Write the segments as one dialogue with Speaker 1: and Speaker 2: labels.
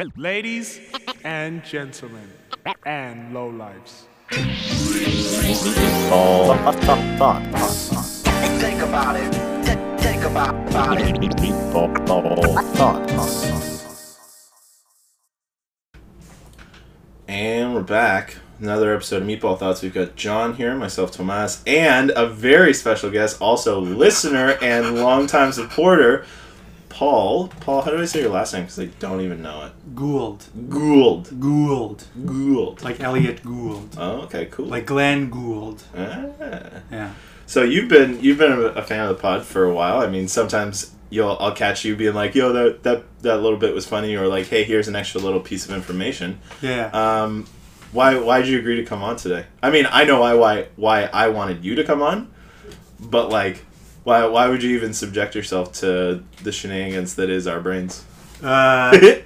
Speaker 1: L- ladies
Speaker 2: and gentlemen and lowlifes.
Speaker 3: Oh, fuck, fuck, fuck,
Speaker 4: Think about it. Th- Think about, about it.
Speaker 3: fuck, fuck, fuck, fuck.
Speaker 5: And we're back. Another episode of Meatball Thoughts. We've got John here, myself, Tomas, and a very special guest, also listener and longtime supporter, Paul. Paul, how do I say your last name? Because I don't even know it.
Speaker 6: Gould.
Speaker 5: Gould.
Speaker 6: Gould.
Speaker 5: Gould.
Speaker 6: Like Elliot Gould.
Speaker 5: oh, okay, cool.
Speaker 6: Like Glenn Gould.
Speaker 5: Ah.
Speaker 6: Yeah.
Speaker 5: So you've been you've been a fan of the pod for a while. I mean, sometimes you'll I'll catch you being like, "Yo, that that that little bit was funny," or like, "Hey, here's an extra little piece of information."
Speaker 6: Yeah.
Speaker 5: Um, why why did you agree to come on today? I mean, I know why why why I wanted you to come on, but like, why why would you even subject yourself to the shenanigans that is our brains?
Speaker 6: Uh,
Speaker 5: hey,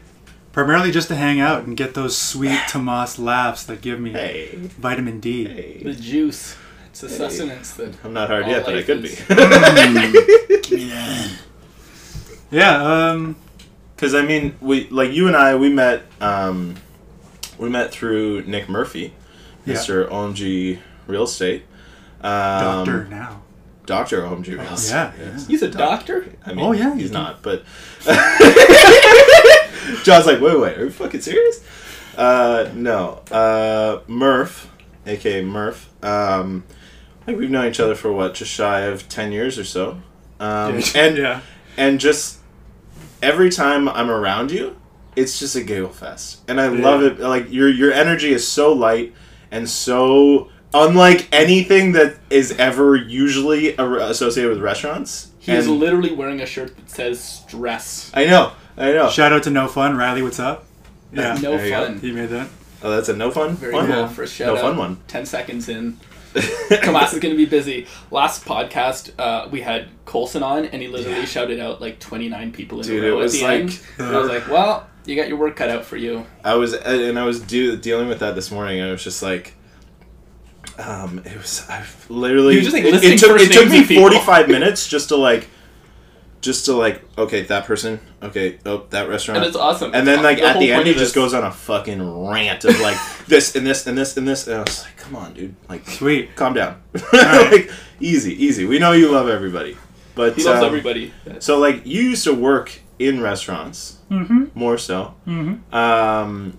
Speaker 6: primarily just to hang out and get those sweet Tomas laughs that give me vitamin D.
Speaker 7: The juice. It's the sustenance that.
Speaker 5: I'm not hard
Speaker 7: All
Speaker 5: yet, but I
Speaker 7: life
Speaker 5: could
Speaker 7: is-
Speaker 5: be.
Speaker 6: Yeah. Um.
Speaker 5: Because I mean, we like you and I we met um, we met through Nick Murphy,
Speaker 6: Yeah.
Speaker 5: Mr. OMG Real Estate. Um,
Speaker 6: Doctor now.
Speaker 5: Doctor OMG Real Estate.
Speaker 6: Yeah.
Speaker 7: He's a doctor?
Speaker 5: I mean,
Speaker 6: Oh, yeah, you
Speaker 5: he's
Speaker 6: can-
Speaker 5: not. But John's like, wait, wait, are you fucking serious? Uh, no, uh, Murph, aka Murph. Um, like we've known each other for what, just shy of ten years or so. Um, and
Speaker 6: yeah.
Speaker 5: and just every time I'm around you, it's just a giggle fest, and I love it. Like your your energy is so light and so unlike anything that is ever usually a- associated with restaurants.
Speaker 7: He is
Speaker 5: And-
Speaker 7: literally wearing a shirt that says stress.
Speaker 5: I know, I know.
Speaker 6: Shout out to No Fun Riley. What's up? Yeah.
Speaker 7: Uh, No
Speaker 5: There you go.
Speaker 7: fun.
Speaker 6: He made that.
Speaker 5: Oh, that's a no fun
Speaker 7: Very
Speaker 5: one.
Speaker 7: cool.
Speaker 6: Yeah.
Speaker 7: First shout
Speaker 5: No
Speaker 7: out.
Speaker 5: fun one.
Speaker 7: 10 seconds in. Tomas is going to be busy. Last podcast, uh, we had Colson on, and he literally shouted out like 29 people in
Speaker 5: Dude,
Speaker 7: a
Speaker 5: it
Speaker 7: row
Speaker 5: was
Speaker 7: at the
Speaker 5: like-
Speaker 7: end. And I was like, well, you got your work cut out for you.
Speaker 5: I was and I was do, dealing with that this morning, and I was just like, um, it was I literally.
Speaker 7: You were just, like,
Speaker 5: it- it,
Speaker 7: listing
Speaker 5: took
Speaker 7: first
Speaker 5: it took
Speaker 7: names
Speaker 5: me
Speaker 7: of people.
Speaker 5: forty five minutes just to like, just to like, okay, that person, okay, oh, that restaurant,
Speaker 7: And it's awesome.
Speaker 5: And then like at
Speaker 7: whole
Speaker 5: the end,
Speaker 7: point
Speaker 5: he
Speaker 7: of
Speaker 5: just
Speaker 7: this-
Speaker 5: goes on a fucking rant of like this and this and this and this, and I was like, come on, dude, like,
Speaker 6: Sweet.
Speaker 5: calm down,
Speaker 6: right.
Speaker 5: like, easy, easy. We know you love everybody, but
Speaker 7: He loves
Speaker 5: um,
Speaker 7: everybody.
Speaker 5: So like you used to work in restaurants more so. Mm-hmm. Um,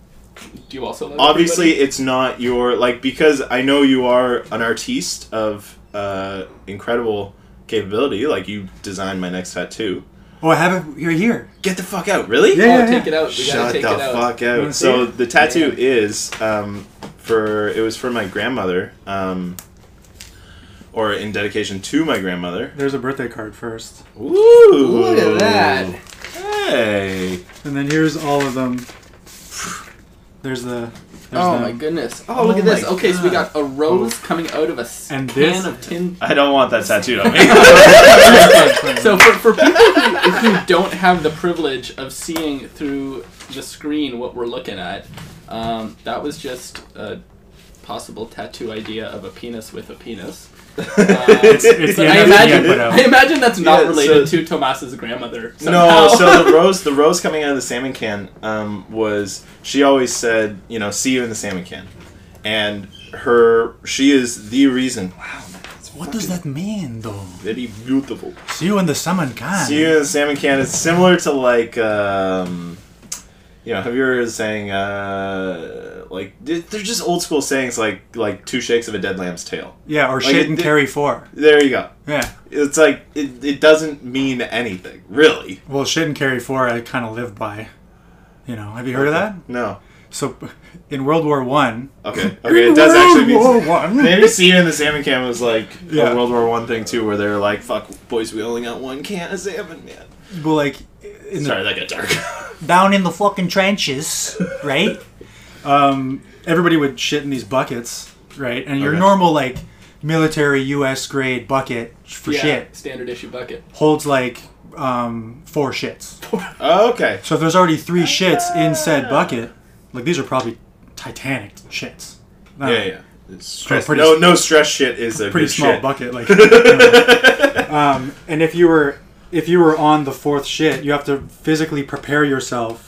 Speaker 7: Do you also love
Speaker 5: obviously,
Speaker 7: everybody?
Speaker 5: it's not your like because I know you are an artiste of uh, incredible capability. Like you designed my next tattoo.
Speaker 6: Oh, I have it right here.
Speaker 5: Get the fuck out! Really?
Speaker 6: Yeah.
Speaker 7: Oh, take it out. We
Speaker 5: Shut
Speaker 7: gotta
Speaker 5: the
Speaker 7: take it out.
Speaker 5: fuck out!
Speaker 6: wanna see
Speaker 5: So
Speaker 6: it?
Speaker 5: the tattoo is um, for it was for my grandmother, um, or in dedication to my grandmother.
Speaker 6: There's a birthday card first,
Speaker 5: Ooh!
Speaker 7: Look at that.
Speaker 5: Hey!
Speaker 6: and then here's all of them. There's the. There's
Speaker 7: Oh
Speaker 6: them. Oh.
Speaker 7: my goodness! Oh, look
Speaker 5: Oh
Speaker 7: at this.
Speaker 5: my
Speaker 7: Okay, so we got a rose coming out of a s-
Speaker 6: And this-
Speaker 7: can of tin.
Speaker 5: I don't want that tattooed on me.
Speaker 7: So for, for people who, who don't have the privilege of seeing through the screen what we're looking at, um, that was just a possible tattoo idea of a penis with a penis. Uh,
Speaker 6: It's, it's the uh,
Speaker 7: but I
Speaker 6: NFT
Speaker 7: imagine,
Speaker 6: put out.
Speaker 7: I imagine that's not
Speaker 5: Yeah,
Speaker 7: related
Speaker 5: so-
Speaker 7: to Tomas's grandmother.
Speaker 5: No,
Speaker 7: Somehow.
Speaker 5: so the rose, the rose coming out of the salmon can um, was she always said, you know, see you in the salmon can, and her she is the reason. Wow,
Speaker 6: What does that mean, though?
Speaker 5: very beautiful.
Speaker 6: See you in the summon can.
Speaker 5: See you in the salmon can is similar to like, um, you know, have you ever saying uh, like they're they're just old school sayings like like two shakes of a dead lamb's tail.
Speaker 6: Yeah, or
Speaker 5: Like,
Speaker 6: shit
Speaker 5: it
Speaker 6: and
Speaker 5: did-
Speaker 6: carry four.
Speaker 5: There you go.
Speaker 6: Yeah.
Speaker 5: It's like it, it doesn't mean anything really.
Speaker 6: Well, shit and carry four, I kind of live by. You know, have you heard of that?
Speaker 5: No.
Speaker 6: So, in World War One.
Speaker 5: Okay. Okay. It does actually mean.
Speaker 6: World War One.
Speaker 5: Maybe seeing in the salmon can was like
Speaker 6: Yeah.
Speaker 5: a World War One thing too, where they were like, "Fuck, boys, we only got one can of salmon, man."
Speaker 6: Well, like in
Speaker 5: Sorry,
Speaker 6: the,
Speaker 5: that got dark.
Speaker 6: down in the fucking trenches, right? um, everybody would shit in these buckets, right? And your
Speaker 5: Okay.
Speaker 6: normal like military U.S. grade bucket for
Speaker 7: Yeah,
Speaker 6: Oh, shit
Speaker 7: Standard issue bucket.
Speaker 6: holds like um, four shits.
Speaker 5: Oh, okay.
Speaker 6: So if there's already three shits in said bucket, like these are probably Titanic shits.
Speaker 5: Yeah, yeah. It's Stress.
Speaker 6: pretty-
Speaker 5: no, no stress. Shit is a
Speaker 6: pretty
Speaker 5: good
Speaker 6: small
Speaker 5: shit.
Speaker 6: bucket like you know. um, and if you were if you were on the fourth shit you have to physically prepare yourself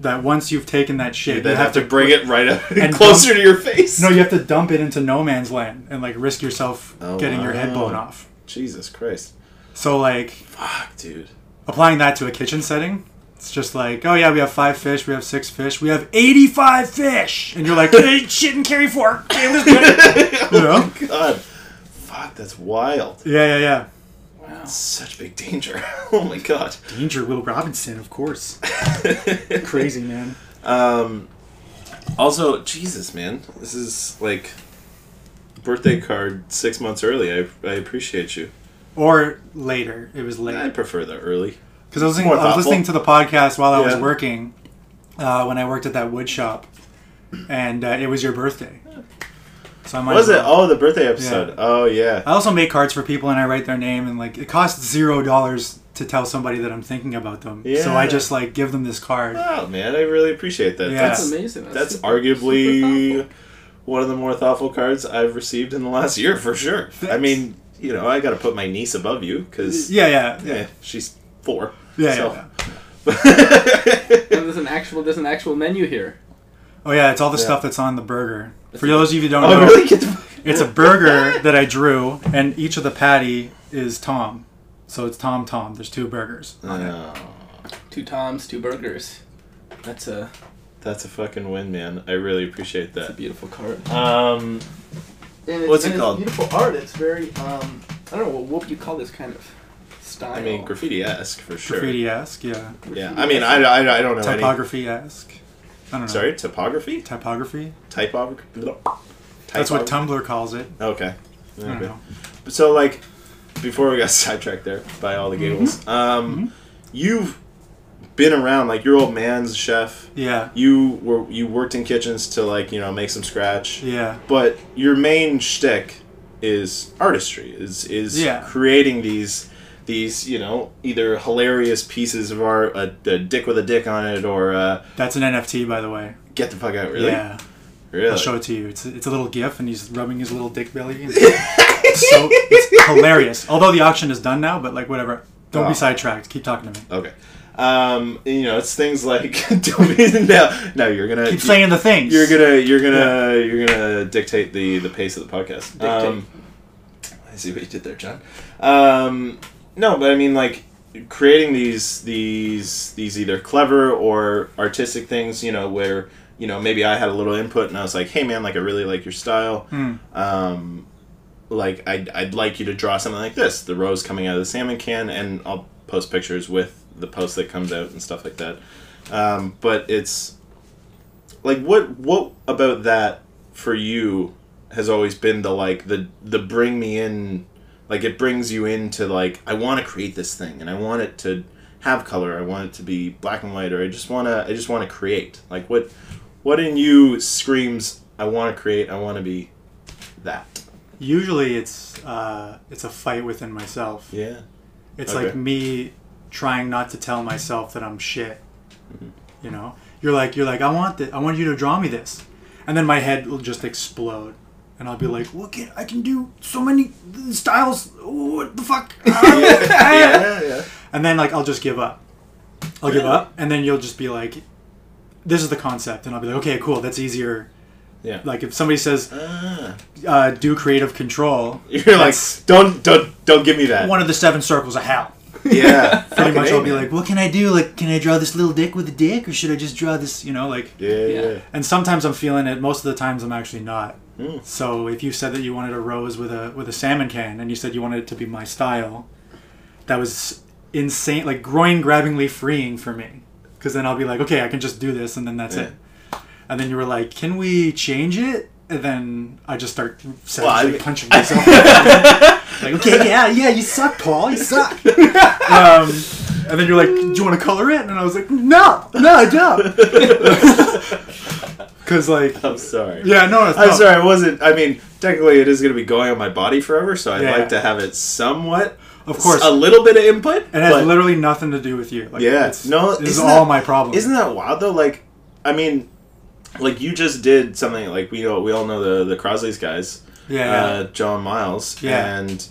Speaker 6: that once you've taken that shape,
Speaker 5: Then
Speaker 6: you
Speaker 5: have to bring it right up
Speaker 6: and
Speaker 5: closer to your face.
Speaker 6: No, you have to dump it into no man's land and like risk yourself
Speaker 5: Oh,
Speaker 6: getting your head
Speaker 5: wow.
Speaker 6: blown off.
Speaker 5: Jesus Christ.
Speaker 6: So like
Speaker 5: Fuck, dude.
Speaker 6: applying that to a kitchen setting, it's just like, oh yeah, we have five fish, we have six fish, we have eighty-five fish, and you're like, hey, shit and carry fork, damn this good. you know?
Speaker 5: God. Fuck, that's wild.
Speaker 6: Yeah, yeah, yeah.
Speaker 5: Such big danger. oh my god.
Speaker 6: Danger Will Robinson, of course. Crazy man.
Speaker 5: Also, Jesus, man, this is like birthday card six months early. I, I appreciate you.
Speaker 6: Or later, it was
Speaker 5: I
Speaker 6: late
Speaker 5: prefer the early.
Speaker 6: because I was, thinking,
Speaker 5: more
Speaker 6: I was
Speaker 5: thoughtful.
Speaker 6: listening to the podcast while I was
Speaker 5: Yeah.
Speaker 6: working uh, when I worked at that wood shop, and uh, it was your birthday. So I might
Speaker 5: Was
Speaker 6: as
Speaker 5: it?
Speaker 6: well-
Speaker 5: Oh, the birthday episode. Oh yeah.
Speaker 6: I also make cards for people and I write their name and like it costs zero dollars to tell somebody that I'm thinking about them. So I
Speaker 5: Yeah.
Speaker 6: just like give them this card.
Speaker 5: Oh man, I really appreciate that.
Speaker 6: Yeah.
Speaker 5: That's
Speaker 7: That's amazing. That's,
Speaker 5: that's
Speaker 7: super- super
Speaker 5: arguably
Speaker 7: thoughtful.
Speaker 5: one of the more thoughtful cards I've received in the last year for sure. I mean, you know, I got to put my niece above you because
Speaker 6: Yeah, yeah, yeah,
Speaker 5: yeah, she's four.
Speaker 6: yeah,
Speaker 5: so.
Speaker 6: yeah.
Speaker 7: And there's an actual there's an actual menu here.
Speaker 6: Oh yeah, it's all the stuff that's on the burger. For those of you who don't
Speaker 5: Oh
Speaker 6: know,
Speaker 5: really? Get the-
Speaker 6: it's a burger that I drew, and each of the patty is Tom. So it's Tom Tom. There's two burgers.
Speaker 5: No.
Speaker 7: Two toms, two burgers. That's a,
Speaker 5: That's a fucking win, man. I really appreciate
Speaker 7: that's a
Speaker 5: that.
Speaker 7: beautiful card.
Speaker 5: Um,
Speaker 7: And it's,
Speaker 5: What's it
Speaker 7: and it's
Speaker 5: called?
Speaker 7: beautiful art. It's very um I don't know what, what would you call this kind of style.
Speaker 5: I mean, graffiti esque for sure.
Speaker 6: Graffiti esque, yeah.
Speaker 5: Yeah, I mean, I, I, I don't know any.
Speaker 6: Typography esque. I don't know.
Speaker 5: Sorry, topography,
Speaker 6: Typography.
Speaker 5: typography.
Speaker 6: That's what Tumblr calls it.
Speaker 5: Okay.
Speaker 6: I don't
Speaker 5: okay.
Speaker 6: know.
Speaker 5: So like, before we got sidetracked there by all the
Speaker 6: Mm-hmm.
Speaker 5: giggles, um, you've been around like your old man's chef.
Speaker 6: Yeah,
Speaker 5: You were you worked in kitchens to like you know make some scratch.
Speaker 6: yeah.
Speaker 5: But your main shtick is artistry. Is is
Speaker 6: Yeah.
Speaker 5: creating these these you know either hilarious pieces of art, a, a dick with a dick on it, or uh,
Speaker 6: That's an NFT, by the way.
Speaker 5: get the fuck out. Really,
Speaker 6: Yeah.
Speaker 5: really.
Speaker 6: I'll show it to you. It's it's a little gif, and he's rubbing his little dick belly. And it's so it's hilarious. Although the auction is done now, but like whatever. Don't
Speaker 5: Oh.
Speaker 6: be sidetracked. Keep talking to me.
Speaker 5: Okay. Um, you know, it's things like don't be now. No, you're gonna
Speaker 6: Keep saying the things.
Speaker 5: you're gonna you're gonna you're gonna dictate the the pace of the podcast. Um, I see what you did there, John. Um, no, but I mean like creating these these these either clever or artistic things. You know where you know maybe I had a little input and I was like, hey man, like I really like your style. Um, like I'd, I'd like you to draw something like this the rose coming out of the salmon can and i'll post pictures with the post that comes out and stuff like that um, but it's like what what about that for you has always been the like the the bring me in like it brings you into like i want to create this thing and i want it to have color i want it to be black and white or i just want to i just want to create like what what in you screams i want to create i want to be that
Speaker 6: Usually, it's uh, it's a fight within myself.
Speaker 5: yeah
Speaker 6: It's
Speaker 5: Okay.
Speaker 6: like me trying not to tell myself that I'm shit.
Speaker 5: Mm-hmm.
Speaker 6: You know, you're like you're like I want this. I want you to draw me this, and then my head will just explode, and I'll be like, look at I can do so many styles. What the fuck?
Speaker 5: yeah, yeah.
Speaker 6: and then like I'll just give up. I'll give up, and then you'll just be like, "This is the concept," and I'll be like, "Okay, cool, that's easier."
Speaker 5: Yeah. Ah.
Speaker 6: Like if somebody says, uh, "Do creative control,"
Speaker 5: You're like,
Speaker 6: That's-
Speaker 5: don't don't don't give me that.
Speaker 6: one of the seven circles of hell.
Speaker 5: yeah.
Speaker 6: Pretty much, I'll be like, "What can I do? Like, can I draw this little dick with a dick, or should I just draw this?" You know, like.
Speaker 5: Yeah, yeah.
Speaker 7: Yeah.
Speaker 6: And sometimes I'm feeling it. Most of the times I'm actually not. So if you said that you wanted a rose with a with a salmon can, and you said you wanted it to be my style, that was insane, like groin grabbingly freeing for me. Because then I'll be like, okay, I can just do this, and then that's it. And then you were like, can we change it? And then I just start savagely
Speaker 5: I-
Speaker 6: punching myself. like, okay, yeah, yeah, you suck, Paul. You suck. um, and then you're like, do you want to color it? And I was like, no, no, I don't. Because like,
Speaker 5: I'm sorry.
Speaker 6: yeah, no, it's
Speaker 5: I'm
Speaker 6: no.
Speaker 5: Oh, sorry. I wasn't. I mean, technically, it is going to be going on my body forever, so I'd
Speaker 6: Yeah.
Speaker 5: like to have it somewhat,
Speaker 6: Of course,
Speaker 5: a
Speaker 6: it
Speaker 5: little bit of input.
Speaker 6: has
Speaker 5: but-
Speaker 6: literally nothing to do with you. Like,
Speaker 5: Yeah.
Speaker 6: it's,
Speaker 5: no,
Speaker 6: this is
Speaker 5: isn't
Speaker 6: all
Speaker 5: that-
Speaker 6: my problem.
Speaker 5: Isn't that wild though? Like, I mean, like you just did something like we know we all know the the Crosley's guys,
Speaker 6: yeah, yeah.
Speaker 5: uh, John Miles,
Speaker 6: Yeah.
Speaker 5: and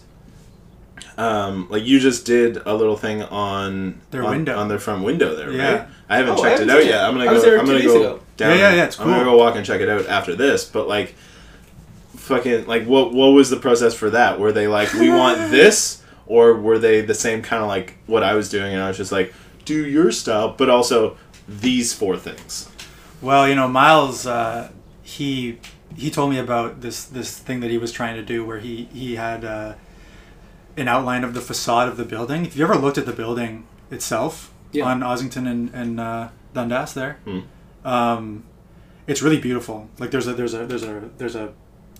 Speaker 5: Um, like you just did a little thing on
Speaker 6: Their
Speaker 5: on,
Speaker 6: window.
Speaker 5: on their front window there,
Speaker 6: Yeah.
Speaker 5: right? I haven't
Speaker 7: Oh, I
Speaker 5: checked
Speaker 7: haven't
Speaker 5: it out
Speaker 7: seen
Speaker 5: yet.
Speaker 7: it.
Speaker 5: I'm gonna
Speaker 7: I
Speaker 5: go.
Speaker 7: was there
Speaker 5: I'm
Speaker 7: two
Speaker 5: gonna
Speaker 7: days
Speaker 5: go
Speaker 7: ago.
Speaker 5: down.
Speaker 6: Yeah, yeah, yeah, it's
Speaker 5: I'm gonna
Speaker 6: cool.
Speaker 5: go walk and check it out after this. But like, fucking, like, what what was the process for that? Were they like, we want this, or were they the same kind of like what I was doing, and I was just like, do your style, but also these four things.
Speaker 6: Well, you know, Miles, uh, he he told me about this this thing that he was trying to do, where he he had uh, an outline of the facade of the building. If you ever looked at the building itself
Speaker 7: Yeah.
Speaker 6: on Ossington and, and uh, Dundas, there,
Speaker 5: Hmm.
Speaker 6: um, it's really beautiful. Like there's a there's a there's a there's a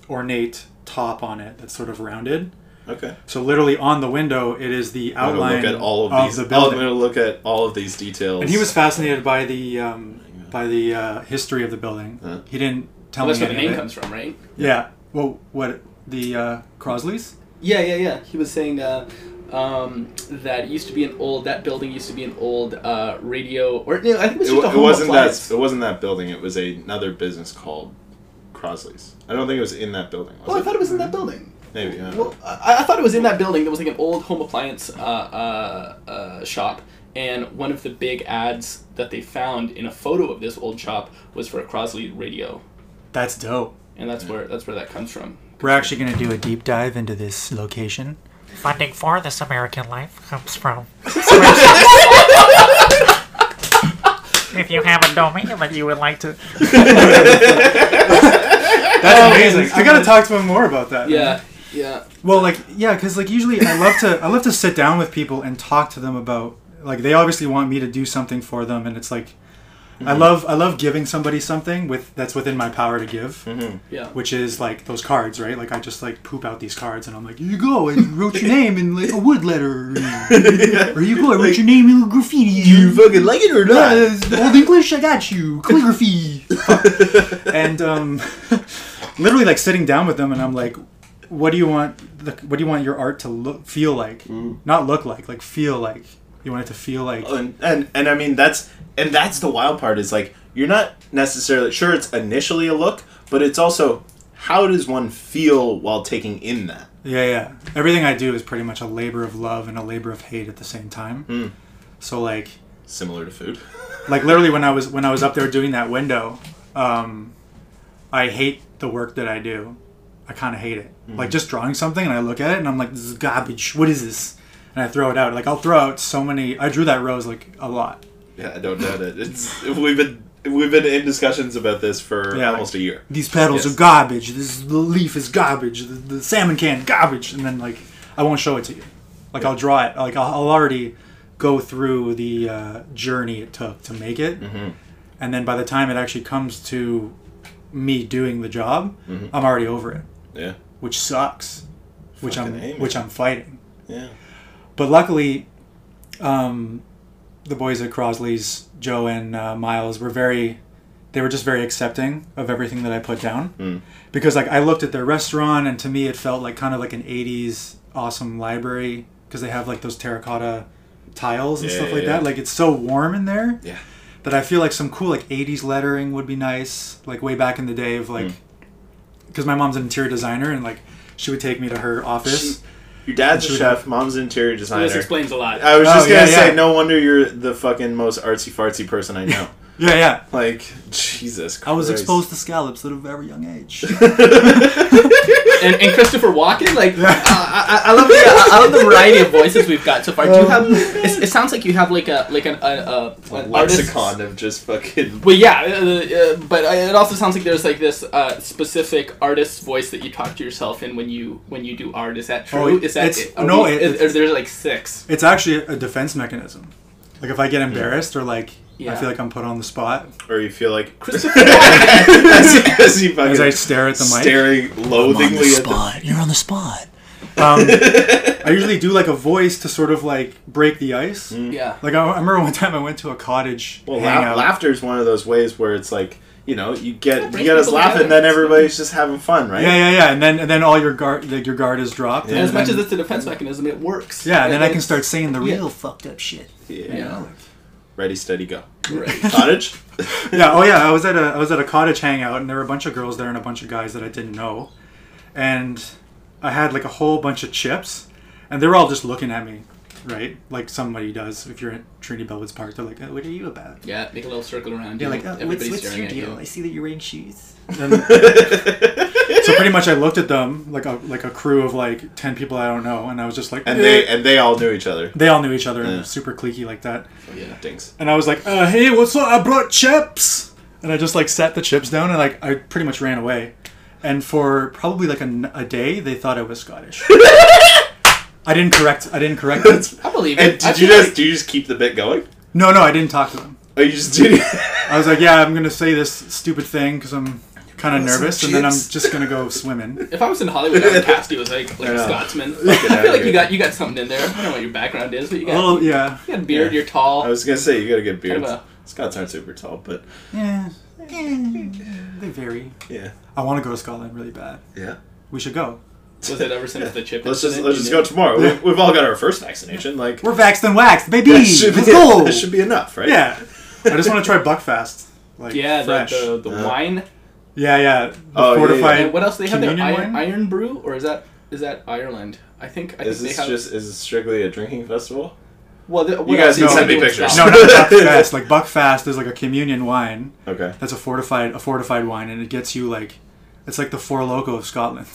Speaker 6: ornate top on it that's sort of rounded.
Speaker 5: Okay,
Speaker 6: So literally on the window, it is the
Speaker 5: I'm gonna
Speaker 6: outline
Speaker 5: look at all of, these.
Speaker 6: the
Speaker 5: I'm
Speaker 6: building.
Speaker 5: gonna look at all of these details.
Speaker 6: And he was fascinated by the um, by the uh, history of the building. He didn't tell
Speaker 7: Well, that's
Speaker 6: me
Speaker 7: where the
Speaker 6: any of
Speaker 7: name
Speaker 6: it.
Speaker 7: comes from, right?
Speaker 6: Yeah. Well, what the uh, Crosleys?
Speaker 7: Yeah, yeah, yeah. He was saying uh, um, that it used to be an old that building used to be an old uh, radio or no, I think it was
Speaker 5: It,
Speaker 7: just a
Speaker 5: wa- it
Speaker 7: home
Speaker 5: wasn't
Speaker 7: appliance.
Speaker 5: that. It wasn't that building. It was another business called Crosley's. I don't think it was in that building. Was
Speaker 7: Well, Oh, I
Speaker 5: it?
Speaker 7: thought it was in that building.
Speaker 5: Maybe. I don't
Speaker 7: Well, I, I thought it was in that building. There was like an old home appliance uh, uh, uh, shop, and one of the big ads that they found in a photo of this old shop was for a Crosley radio,
Speaker 6: That's dope.
Speaker 7: and that's where that's where that comes from.
Speaker 6: We're actually going to do a deep dive into this location.
Speaker 1: funding for this American life comes from. if you have a domain that you would like to,
Speaker 6: That's amazing. I got to talk to him more about that.
Speaker 7: Oh, Yeah, yeah.
Speaker 6: Well, like yeah, because like usually I love to I love to sit down with people and talk to them about like they obviously want me to do something for them, and it's like I love I love giving somebody something with that's within my power to give.
Speaker 7: Yeah.
Speaker 6: which is like those cards, right? Like I just like poop out these cards, and I'm like, "Here you go, I wrote your name in like a wood letter, or you go, I wrote your name in graffiti. You
Speaker 5: fucking like it or
Speaker 6: Old English, I got you. Calligraphy. and um, literally like sitting down with them, and I'm like, "What do you want? The, what do you want your art to look, feel like? Not look like, like feel like. You want it to feel like."
Speaker 5: and, and and I mean that's and that's the wild part is like you're not necessarily sure it's initially a look, but it's also how does one feel while taking in that?
Speaker 6: Yeah, yeah. Everything I do is pretty much a labor of love and a labor of hate at the same time. So like.
Speaker 5: Similar to food.
Speaker 6: like literally when I was when I was up there doing that window, um, I hate the work that I do. I kind of hate it. Like just drawing something and I look at it and I'm like, this is garbage. What is this? And I throw it out. Like I'll throw out so many. I drew that rose like a lot.
Speaker 5: Yeah, I don't doubt it. It's we've been we've been in discussions about this for
Speaker 6: Yeah.
Speaker 5: almost a year.
Speaker 6: These petals
Speaker 5: Yes.
Speaker 6: are garbage. This leaf is garbage. The, the salmon can garbage. And then like I won't show it to you. Like I'll draw it. Like I'll, I'll already go through the uh, journey it took to make it. And then by the time it actually comes to me doing the job, I'm already over it,
Speaker 5: Yeah.
Speaker 6: which sucks, which I'm
Speaker 5: Fucking A, man.
Speaker 6: which I'm fighting.
Speaker 5: Yeah.
Speaker 6: But luckily, um, the boys at Crosley's, Joe and uh, Miles, were very, they were just very accepting of everything that I put down,
Speaker 5: Hmm.
Speaker 6: because like I looked at their restaurant, and to me it felt like kind of like an '80s awesome library because they have like those terracotta tiles and
Speaker 5: Yeah,
Speaker 6: stuff
Speaker 5: yeah,
Speaker 6: like
Speaker 5: yeah.
Speaker 6: that. Like it's so warm in there
Speaker 5: Yeah.
Speaker 6: that I feel like some cool like '80s lettering would be nice, like way back in the day of like, because my mom's an interior designer and like she would take me to her office.
Speaker 5: Your dad's a
Speaker 6: Sure.
Speaker 5: chef, mom's an interior
Speaker 7: This
Speaker 5: designer.
Speaker 7: explains a lot.
Speaker 5: I was
Speaker 6: Oh,
Speaker 5: just gonna
Speaker 6: yeah,
Speaker 5: say,
Speaker 6: yeah.
Speaker 5: no wonder you're the fucking most artsy fartsy person I know.
Speaker 6: yeah, yeah.
Speaker 5: like, Jesus Christ.
Speaker 6: I was exposed to scallops at a very young age.
Speaker 7: and, and Christopher Walken, like uh, I, I, I love the I love the variety of voices we've got so far. Do you
Speaker 6: Um,
Speaker 7: have? It, it sounds like you have like a like an, a, a,
Speaker 5: a
Speaker 7: an artist's-
Speaker 5: lexicon of just fucking.
Speaker 7: Well, yeah, uh, uh, but I- it also sounds like there's like this uh, specific artist's voice that you talk to yourself in when you when you do art. Is that true?
Speaker 6: Oh,
Speaker 7: is that
Speaker 6: it's-
Speaker 7: are
Speaker 6: no,
Speaker 7: we-
Speaker 6: it-
Speaker 7: is-
Speaker 6: it's-
Speaker 7: is there's like six.
Speaker 6: it's actually a defense mechanism. Like if I get embarrassed or like I
Speaker 7: Yeah.
Speaker 6: feel like I'm put on the spot
Speaker 5: Or you feel like.
Speaker 7: Christopher
Speaker 5: as, he- as he fucking
Speaker 6: as I stare at the mic.
Speaker 5: staring loathingly at the.
Speaker 6: You're on the spot. Um, I usually do like a voice to sort of like break the ice.
Speaker 7: yeah.
Speaker 6: Like I, I remember one time I went to a cottage
Speaker 5: Well, la-
Speaker 6: hangout.
Speaker 5: laughter is one of those ways where it's like, you know, you get you
Speaker 7: brings
Speaker 5: get us
Speaker 7: people
Speaker 5: laughing,
Speaker 7: together.
Speaker 5: then everybody's just having fun, right?
Speaker 6: yeah, yeah, yeah. And then and then all your guard like your guard is dropped.
Speaker 7: And as much
Speaker 6: then-
Speaker 7: as it's a defense mechanism, it works.
Speaker 6: yeah, and then I can
Speaker 7: it's-
Speaker 6: start saying the
Speaker 7: yeah.
Speaker 6: real fucked up shit.
Speaker 5: Yeah.
Speaker 7: Yeah.
Speaker 5: Ready, steady, go.
Speaker 7: Right.
Speaker 5: Cottage?
Speaker 6: yeah, oh yeah, I was at a I was at a cottage hangout and there were a bunch of girls there and a bunch of guys that I didn't know. And I had like a whole bunch of chips and they were all just looking at me, right? Like somebody does if you're at Trinity Bellwoods Park. They're like, "Uh, "What are you about?"
Speaker 7: Yeah, make a little circle around.
Speaker 6: They're
Speaker 7: you.
Speaker 6: like, "Uh, "What's,
Speaker 7: Everybody's
Speaker 6: what's
Speaker 7: staring
Speaker 6: your
Speaker 7: at
Speaker 6: deal? I
Speaker 7: you.
Speaker 6: see that you're wearing shoes." And so pretty much, I looked at them like a like a crew of like ten people I don't know, and I was just like,
Speaker 5: and they
Speaker 6: "Eh."
Speaker 5: and they all knew each other.
Speaker 6: they all knew each other and
Speaker 5: Yeah.
Speaker 6: super cliquey like that.
Speaker 7: Yeah.
Speaker 5: Dings.
Speaker 6: And I was like, uh, "Hey, what's up? I brought chips." And I just like sat the chips down and like I pretty much ran away. And for probably like a, n- a day, they thought I was Scottish. I didn't correct. I didn't correct. Them.
Speaker 7: I believe it.
Speaker 5: And
Speaker 7: I
Speaker 5: did you
Speaker 7: feel
Speaker 5: just
Speaker 7: like-
Speaker 5: do you just keep the bit going?
Speaker 6: No, no, I didn't talk to them.
Speaker 5: Oh, you just did.
Speaker 6: I was like, "Yeah, I'm gonna say this stupid thing because I'm kind of nervous, and then I'm
Speaker 5: chips.
Speaker 6: just gonna go swimming."
Speaker 7: If I was in Hollywood, I would cast you as like, like
Speaker 5: I
Speaker 7: a
Speaker 5: know.
Speaker 7: Scotsman. I
Speaker 5: outta
Speaker 7: feel like
Speaker 5: here.
Speaker 7: you got you got something in there. I don't know what your background is, but you got
Speaker 6: Well, yeah,
Speaker 7: you got a beard. You're tall.
Speaker 5: I was gonna say you gotta get beards.
Speaker 7: Kinda.
Speaker 5: Scots aren't super tall, but
Speaker 6: yeah, Eh, they vary.
Speaker 5: yeah,
Speaker 6: I want to go to Scotland really bad.
Speaker 5: yeah.
Speaker 6: We should go.
Speaker 7: Was it ever since the chip?
Speaker 5: Let's just
Speaker 7: incident?
Speaker 5: let's just
Speaker 7: You knew-
Speaker 5: go tomorrow. We, we've all got our first vaccination. Like
Speaker 6: We're vaxxed and waxed, baby.
Speaker 5: that should be
Speaker 6: Let's go.
Speaker 5: that should be enough, right?
Speaker 6: Yeah. I just want to try Buckfast. Like
Speaker 7: Yeah, the,
Speaker 6: fresh.
Speaker 7: the, the wine.
Speaker 6: yeah, yeah. The
Speaker 5: Oh, yeah, yeah.
Speaker 6: fortified.
Speaker 7: And what else do they have there?
Speaker 6: communion
Speaker 7: Iron,
Speaker 6: wine?
Speaker 7: iron brew, or is that is that Ireland? I think I
Speaker 5: Is
Speaker 7: think
Speaker 5: this
Speaker 7: they have.
Speaker 5: just is this strictly a drinking festival?
Speaker 7: well, the, what
Speaker 5: You guys
Speaker 7: else
Speaker 5: can send
Speaker 7: do they
Speaker 5: me
Speaker 7: do in
Speaker 5: pictures.
Speaker 6: No,
Speaker 7: Scotland?
Speaker 6: not Buckfast. Like Buckfast is like a communion wine.
Speaker 5: Okay.
Speaker 6: That's a fortified a fortified wine, and it gets you like. It's like the Four Loco of Scotland.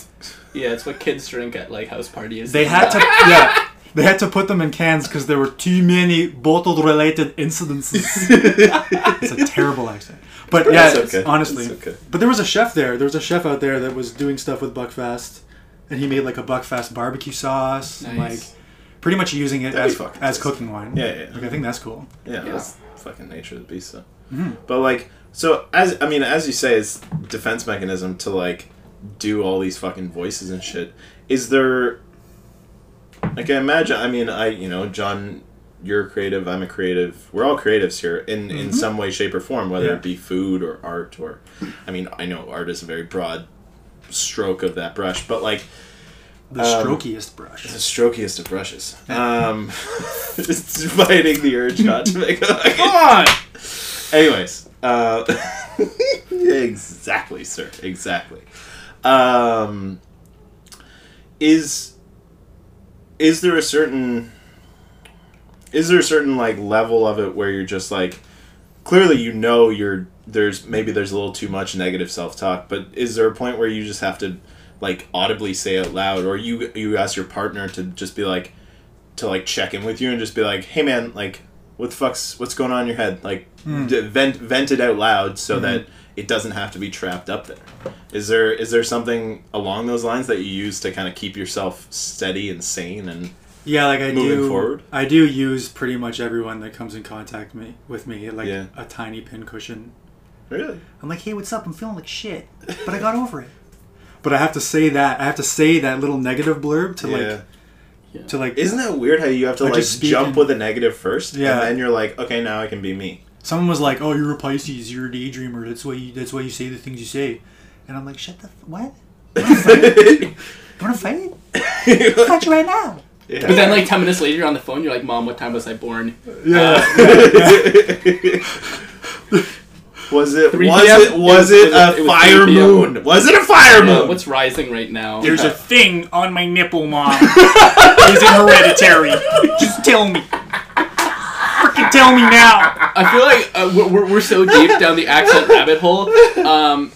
Speaker 7: Yeah, it's what kids drink at like house parties.
Speaker 6: They had to, yeah, they had to put them in cans because there were too many bottle-related incidences. it's a terrible accent, but yeah,
Speaker 5: That's okay.
Speaker 6: honestly,
Speaker 5: That's okay.
Speaker 6: But there was a chef there. There was a chef out there that was doing stuff with Buckfast, and he made like a Buckfast barbecue sauce, and, like
Speaker 7: Nice.
Speaker 6: pretty much using it
Speaker 5: That'd be
Speaker 6: as,
Speaker 5: fucking
Speaker 6: as
Speaker 5: tasty.
Speaker 6: cooking wine.
Speaker 5: Yeah, yeah.
Speaker 6: Like I think that's cool.
Speaker 5: Yeah,
Speaker 7: Yeah.
Speaker 5: that's fucking nature of the beast. Though. But like, so as I mean, as you say, it's defense mechanism to like do all these fucking voices and shit. Is there like I imagine? I mean, I you know, John, you're creative. I'm a creative. We're all creatives here in in some way, shape, or form, whether
Speaker 6: Yeah.
Speaker 5: it be food or art or, I mean, I know art is a very broad stroke of that brush, but like
Speaker 6: The
Speaker 5: Um,
Speaker 6: strokiest brush.
Speaker 5: the strokiest of brushes. Um, it's fighting the urge not to make a
Speaker 7: Come on.
Speaker 5: Anyways, uh, exactly, sir. Exactly. Um, is is there a certain is there a certain like level of it where you're just like clearly you know you're there's maybe there's a little too much negative self talk, but is there a point where you just have to like audibly say out loud, or you you ask your partner to just be like to like check in with you and just be like, hey man, like what the fuck's what's going on in your head? Like
Speaker 6: Hmm.
Speaker 5: d- vent vent it out loud so that it doesn't have to be trapped up there. Is there is there something along those lines that you use to kind of keep yourself steady and sane and
Speaker 6: Yeah, like I
Speaker 5: moving
Speaker 6: do.
Speaker 5: forward?
Speaker 6: I do use pretty much everyone that comes in contact me with me like
Speaker 5: Yeah.
Speaker 6: a tiny pincushion.
Speaker 5: really?
Speaker 6: I'm like, hey, what's up? I'm feeling like shit, but I got over it. But I have to say that. I have to say that little negative blurb to
Speaker 5: yeah.
Speaker 6: like to like.
Speaker 5: Isn't that weird how you have to
Speaker 6: I
Speaker 5: like
Speaker 6: just speak
Speaker 5: jump
Speaker 6: in-
Speaker 5: with a negative first
Speaker 6: Yeah.
Speaker 5: and then you're like, okay, now I can be me.
Speaker 6: someone was like, oh, you're a Pisces, you're a daydreamer. That's why you. That's why you say the things you say. And I'm like, shut the f- what? You want to fight? I'll fight you right now.
Speaker 7: But then, like ten minutes later, you're on the phone. You're like, "Mom, what time was I born?"
Speaker 5: was it
Speaker 7: 3
Speaker 5: was
Speaker 7: PM?
Speaker 5: it was it,
Speaker 7: It was-
Speaker 5: a
Speaker 7: it was
Speaker 5: fire
Speaker 7: 3 PM.
Speaker 5: moon? Was it a fire
Speaker 7: Uh,
Speaker 5: moon?
Speaker 7: what's rising right now?
Speaker 1: There's a thing on my nipple, mom. Is it hereditary? Just tell me. Freaking tell me now.
Speaker 7: I feel like uh, we're- we're, we're so deep down the accent rabbit hole. Um,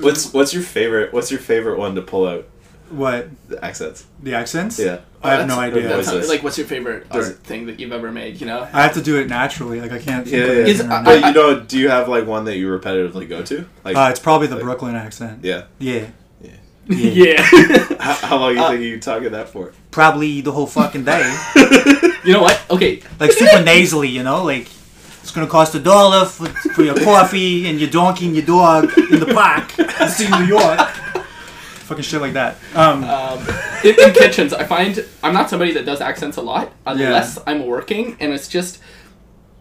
Speaker 5: what's what's your favorite what's your favorite one to pull out
Speaker 6: What
Speaker 5: the accents?
Speaker 6: the accents?
Speaker 5: Yeah.
Speaker 6: I have no
Speaker 5: That's-
Speaker 6: idea.
Speaker 5: that's-
Speaker 7: that's- like, what's your favorite
Speaker 5: Does
Speaker 7: art thing that you've ever made? You know,
Speaker 6: I have to do it naturally. Like I can't. think
Speaker 5: Yeah,
Speaker 6: of
Speaker 5: yeah.
Speaker 6: anything
Speaker 7: Is-
Speaker 6: right now.
Speaker 5: But you know, do you have like one that you repetitively go to? Like,
Speaker 6: Uh, it's probably the Brooklyn accent.
Speaker 5: yeah.
Speaker 6: Yeah.
Speaker 7: yeah.
Speaker 5: How, how long you think you talking that for?
Speaker 6: Probably the whole fucking day.
Speaker 7: you know what? Okay,
Speaker 6: like super nasally, you know, like it's gonna cost a dollar for, for your coffee and your donkey and your dog in the park. It's in New York. Fucking shit like that. Um,
Speaker 7: Uh, in, in kitchens, I find I'm not somebody that does accents a lot unless I'm working, and it's just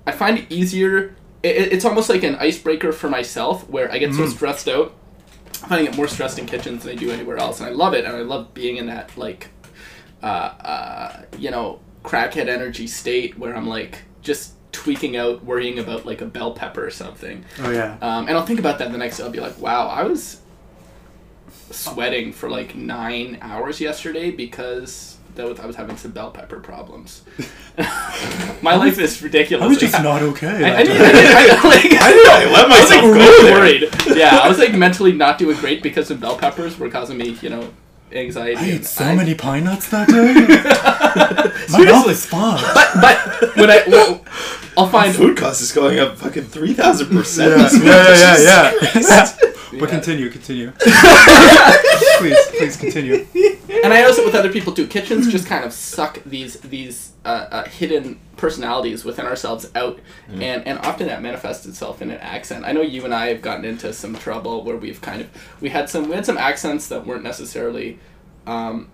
Speaker 7: I find it easier. It, it- it's almost like an icebreaker for myself, where I get so stressed out. I'm finding it more stressed in kitchens than I do anywhere else, and I love it, and I love being in that like, uh, uh, you know, crackhead energy state where I'm like just tweaking out, worrying about like a bell pepper or something.
Speaker 6: oh yeah.
Speaker 7: Um, and I'll think about that the next day. I'll be like, wow, I was sweating for like nine hours yesterday because that was, I was having some bell pepper problems. My life is ridiculous.
Speaker 6: I was just not okay.
Speaker 7: I, I
Speaker 6: that
Speaker 7: didn't,
Speaker 6: time.
Speaker 7: I didn't- I, like,
Speaker 5: I didn't I let
Speaker 7: I was
Speaker 5: myself
Speaker 7: like
Speaker 5: go
Speaker 7: really
Speaker 5: there.
Speaker 7: worried. Yeah, I was like mentally not doing great because some bell peppers were causing me, you know, anxiety.
Speaker 6: I
Speaker 7: and
Speaker 6: ate so
Speaker 7: I-
Speaker 6: many pine nuts that day. My mouth is fucked.
Speaker 7: But but when I well, I'll find
Speaker 5: Food cost is going up fucking three thousand percent
Speaker 6: Yeah,
Speaker 5: this week.
Speaker 6: yeah, yeah, yeah.
Speaker 7: yeah.
Speaker 6: But continue, continue. please, please continue.
Speaker 7: and I notice it with other people too. Kitchens just kind of suck these these uh, uh, hidden personalities within ourselves out,
Speaker 5: Mm-hmm.
Speaker 7: and and often that manifests itself in an accent. I know you and I have gotten into some trouble where we've kind of we had some we had some accents that weren't necessarily um,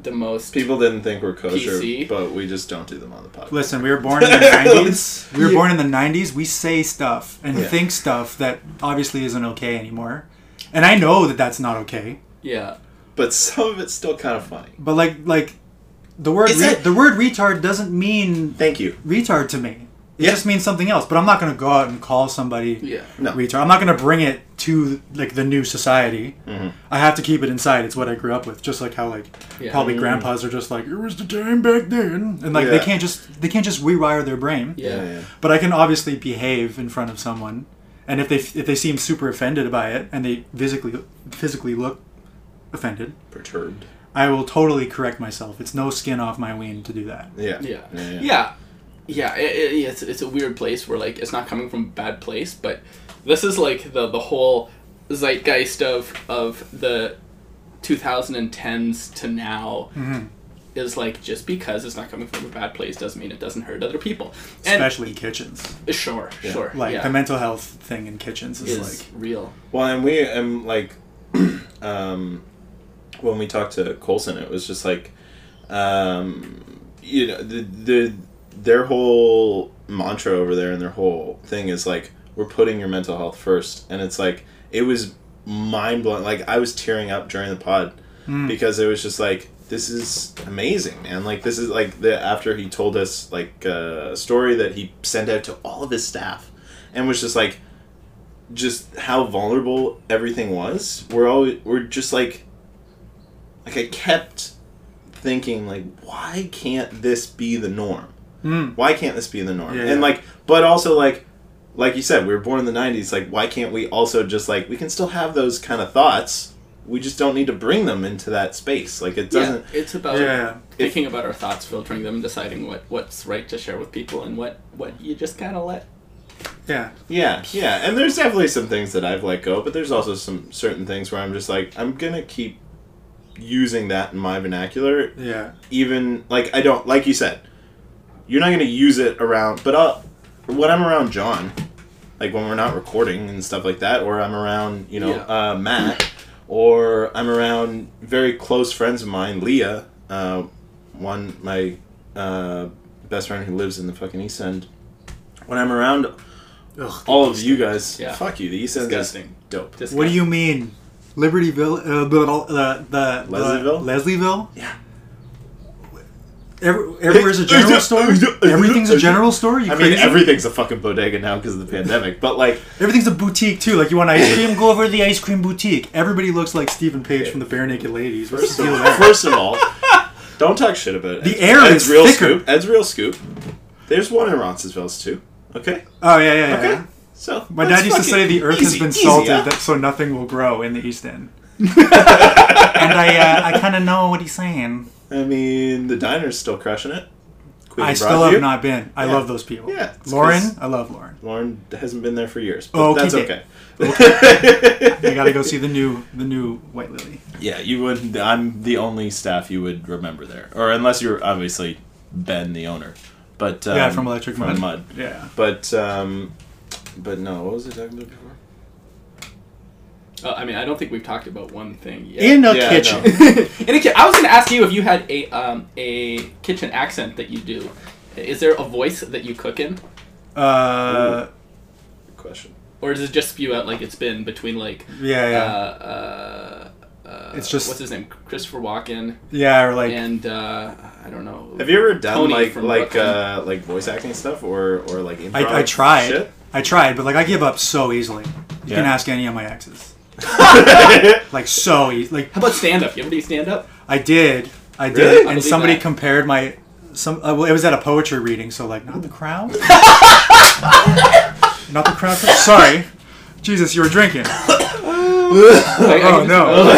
Speaker 7: the most
Speaker 5: People didn't think we're kosher,
Speaker 7: PC.
Speaker 5: but we just don't do them on the podcast.
Speaker 6: Listen, we were born in the nineties. We were born in the nineties. We say stuff and
Speaker 5: Yeah.
Speaker 6: think stuff that obviously isn't okay anymore. And I know that that's not okay.
Speaker 7: yeah.
Speaker 5: But some of it's still kind of funny.
Speaker 6: But like, like the word
Speaker 5: Is
Speaker 6: re-
Speaker 5: it-
Speaker 6: the word retard doesn't mean
Speaker 5: Thank you.
Speaker 6: retard to me. It
Speaker 5: Yeah.
Speaker 6: just means something else. But I'm not going to go out and call somebody
Speaker 7: Yeah.
Speaker 5: No.
Speaker 6: retard. I'm not going to bring it to like the new society.
Speaker 5: Mm-hmm.
Speaker 6: I have to keep it inside. It's what I grew up with. Just like how like
Speaker 7: Yeah.
Speaker 6: probably grandpas are just like it was the time back then, and like they
Speaker 5: Yeah.
Speaker 6: can't just they can't just rewire their brain.
Speaker 7: Yeah.
Speaker 5: yeah.
Speaker 6: But I can obviously behave in front of someone, and if they if they seem super offended by it and they physically physically look offended,
Speaker 5: Perturbed.
Speaker 6: I will totally correct myself. It's no skin off my wing to do that.
Speaker 5: Yeah.
Speaker 7: Yeah.
Speaker 5: Yeah.
Speaker 7: Yeah. Yeah, i- i- it's, it's a weird place where, like, it's not coming from a bad place, but this is, like, the, the whole zeitgeist of, of the 2010s to now is, like, just because it's not coming from a bad place doesn't mean it doesn't hurt other people. And,
Speaker 6: Especially in kitchens,
Speaker 7: Sure, sure.
Speaker 6: like
Speaker 7: yeah,
Speaker 6: the mental health thing in kitchens is,
Speaker 7: is
Speaker 6: like
Speaker 7: real.
Speaker 5: Well, and we and like, um, when we talked to Colson, it was just like, um, you know, the the their whole mantra over there and their whole thing is like, we're putting your mental health first, and it's like it was mind blowing. Like I was tearing up during the pod because it was just like. This is amazing, man. Like this is like the after he told us like uh, a story that he sent out to all of his staff, and was just like, just how vulnerable everything was. We're all we're just like like I kept thinking like why can't this be the norm? Why can't this be the norm?
Speaker 6: Hmm. Yeah,
Speaker 5: and
Speaker 6: yeah.
Speaker 5: like but also like like you said we were born in the 90s like why can't we also just like we can still have those kind of thoughts. We just don't need to bring them into that space. Like it doesn't
Speaker 7: Yeah, it's about
Speaker 6: yeah.
Speaker 7: thinking about our thoughts, filtering them, deciding what, what's right to share with people and what, what you just kind of let
Speaker 6: Yeah.
Speaker 5: Yeah, yeah, and there's definitely some things that I've let go, but there's also some certain things where I'm just like, I'm gonna keep using that in my vernacular,
Speaker 6: Yeah.
Speaker 5: even like I don't like you said, you're not gonna use it around, but I'll, when I'm around John, like when we're not recording and stuff like that, or I'm around you know
Speaker 7: Yeah.
Speaker 5: uh, Matt, or I'm around very close friends of mine, Leah, uh, one my uh, best friend who lives in the fucking East End. When I'm around
Speaker 6: Ugh.
Speaker 5: all of you guys.
Speaker 7: Yeah.
Speaker 5: Fuck you. The East End is
Speaker 7: Disgusting.
Speaker 5: dope.
Speaker 7: this
Speaker 6: What do you mean? Libertyville, uh, blah, blah, the, the
Speaker 5: Leslieville?
Speaker 6: the- Leslieville?
Speaker 5: Yeah.
Speaker 6: Every, everywhere's a general store. Everything's a general store. You
Speaker 5: I mean,
Speaker 6: crazy?
Speaker 5: everything's a fucking bodega now because of the pandemic. But like,
Speaker 6: everything's a boutique too. Like you want ice cream, go over to the ice cream boutique. Everybody looks like Stephen Page from the Bare Naked Ladies. What's the deal there?
Speaker 5: first of all, don't talk shit about it.
Speaker 6: The
Speaker 5: Ed's-
Speaker 6: air
Speaker 5: Ed's
Speaker 6: is
Speaker 5: real
Speaker 6: thicker.
Speaker 5: scoop. Ed's real scoop. There's one in Roncesvalles too. Okay.
Speaker 6: Oh yeah, yeah, yeah.
Speaker 5: Okay.
Speaker 6: yeah.
Speaker 5: So
Speaker 6: My
Speaker 5: that's
Speaker 6: dad used to
Speaker 5: fucking
Speaker 6: say the earth
Speaker 5: easy-
Speaker 6: has been
Speaker 5: easy
Speaker 6: salted,
Speaker 5: out.
Speaker 6: that, so nothing will grow in the East End. and I, uh, I kind of know what he's saying.
Speaker 5: I mean, the diner's still crushing it. Queen
Speaker 6: I
Speaker 5: of
Speaker 6: still have
Speaker 5: Broadview.
Speaker 6: not been. I
Speaker 5: Yeah.
Speaker 6: love those people.
Speaker 5: Yeah, it's 'cause-
Speaker 6: Lauren, I love Lauren.
Speaker 5: Lauren hasn't been there for years, but
Speaker 6: Oh, Okay,
Speaker 5: that's
Speaker 6: then.
Speaker 5: okay.
Speaker 6: I gotta go see the new the new White Lily.
Speaker 5: Yeah, you would. I'm the only staff you would remember there, or unless you're obviously Ben, the owner. But um,
Speaker 6: Yeah, from Electric
Speaker 5: from
Speaker 6: Mud.
Speaker 5: Mud.
Speaker 6: Yeah.
Speaker 5: But um, but no, what was it talking about before?
Speaker 7: Uh, I mean, I don't think we've talked about one thing yet.
Speaker 6: In a
Speaker 5: Yeah,
Speaker 6: kitchen.
Speaker 7: In a ki- I was going to ask you if you had a um, a kitchen accent that you do. Is there a voice that you cook in,
Speaker 6: Uh,
Speaker 5: Good question.
Speaker 7: or does it just spew out like it's been between like?
Speaker 6: yeah,
Speaker 7: Uh,
Speaker 6: yeah.
Speaker 7: uh, uh,
Speaker 6: It's just-
Speaker 7: what's his name, Christopher Walken,
Speaker 6: yeah, or like,
Speaker 7: and uh, I don't know.
Speaker 5: Have you ever done
Speaker 7: Tony
Speaker 5: like
Speaker 7: from
Speaker 5: like
Speaker 7: Brooklyn.
Speaker 5: uh, like voice acting stuff or or like improv
Speaker 6: I, I tried.
Speaker 5: shit?
Speaker 6: I tried, but like, I give up so easily. You can
Speaker 5: Yeah.
Speaker 6: ask any of my exes. like, so easy. Like,
Speaker 7: How about stand up? You ever do stand up?
Speaker 6: I did, I did,
Speaker 5: Really? I
Speaker 6: and
Speaker 7: believe
Speaker 6: somebody
Speaker 7: that.
Speaker 6: compared my some. Uh, well, it was at a poetry reading, so like not the crowd, not the crowd. Sorry, Jesus, you were drinking. Oh no.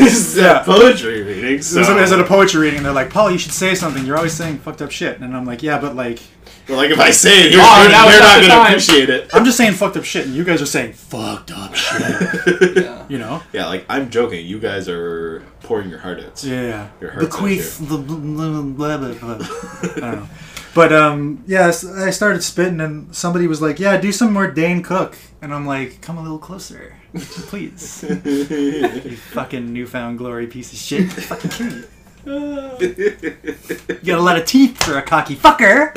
Speaker 5: It's a poetry reading. So.
Speaker 6: It was, at, it was at a poetry reading, and they're like, "Paul, you should say something. You're always saying fucked up shit." And I'm like, "Yeah, but like,
Speaker 5: But like if I say it, you're,
Speaker 7: Oh,
Speaker 5: you're
Speaker 7: now it's
Speaker 5: not
Speaker 7: not the
Speaker 5: going to
Speaker 7: time.
Speaker 5: appreciate it.
Speaker 6: I'm just saying fucked up shit, and you guys are saying fucked up shit."
Speaker 7: Yeah.
Speaker 6: You know?
Speaker 5: Yeah, like I'm joking. You guys are pouring your heart out.
Speaker 6: Yeah.
Speaker 5: Your heart's out
Speaker 6: Bequeath the bl- bl- blah, blah, blah. I don't know. But um, yeah, s- I started spitting, and somebody was like, "Yeah, do some more Dane Cook," and I'm like, "Come a little closer, please." you fucking newfound glory piece of shit! You're fucking kidding me. You got a lot of teeth for a cocky fucker.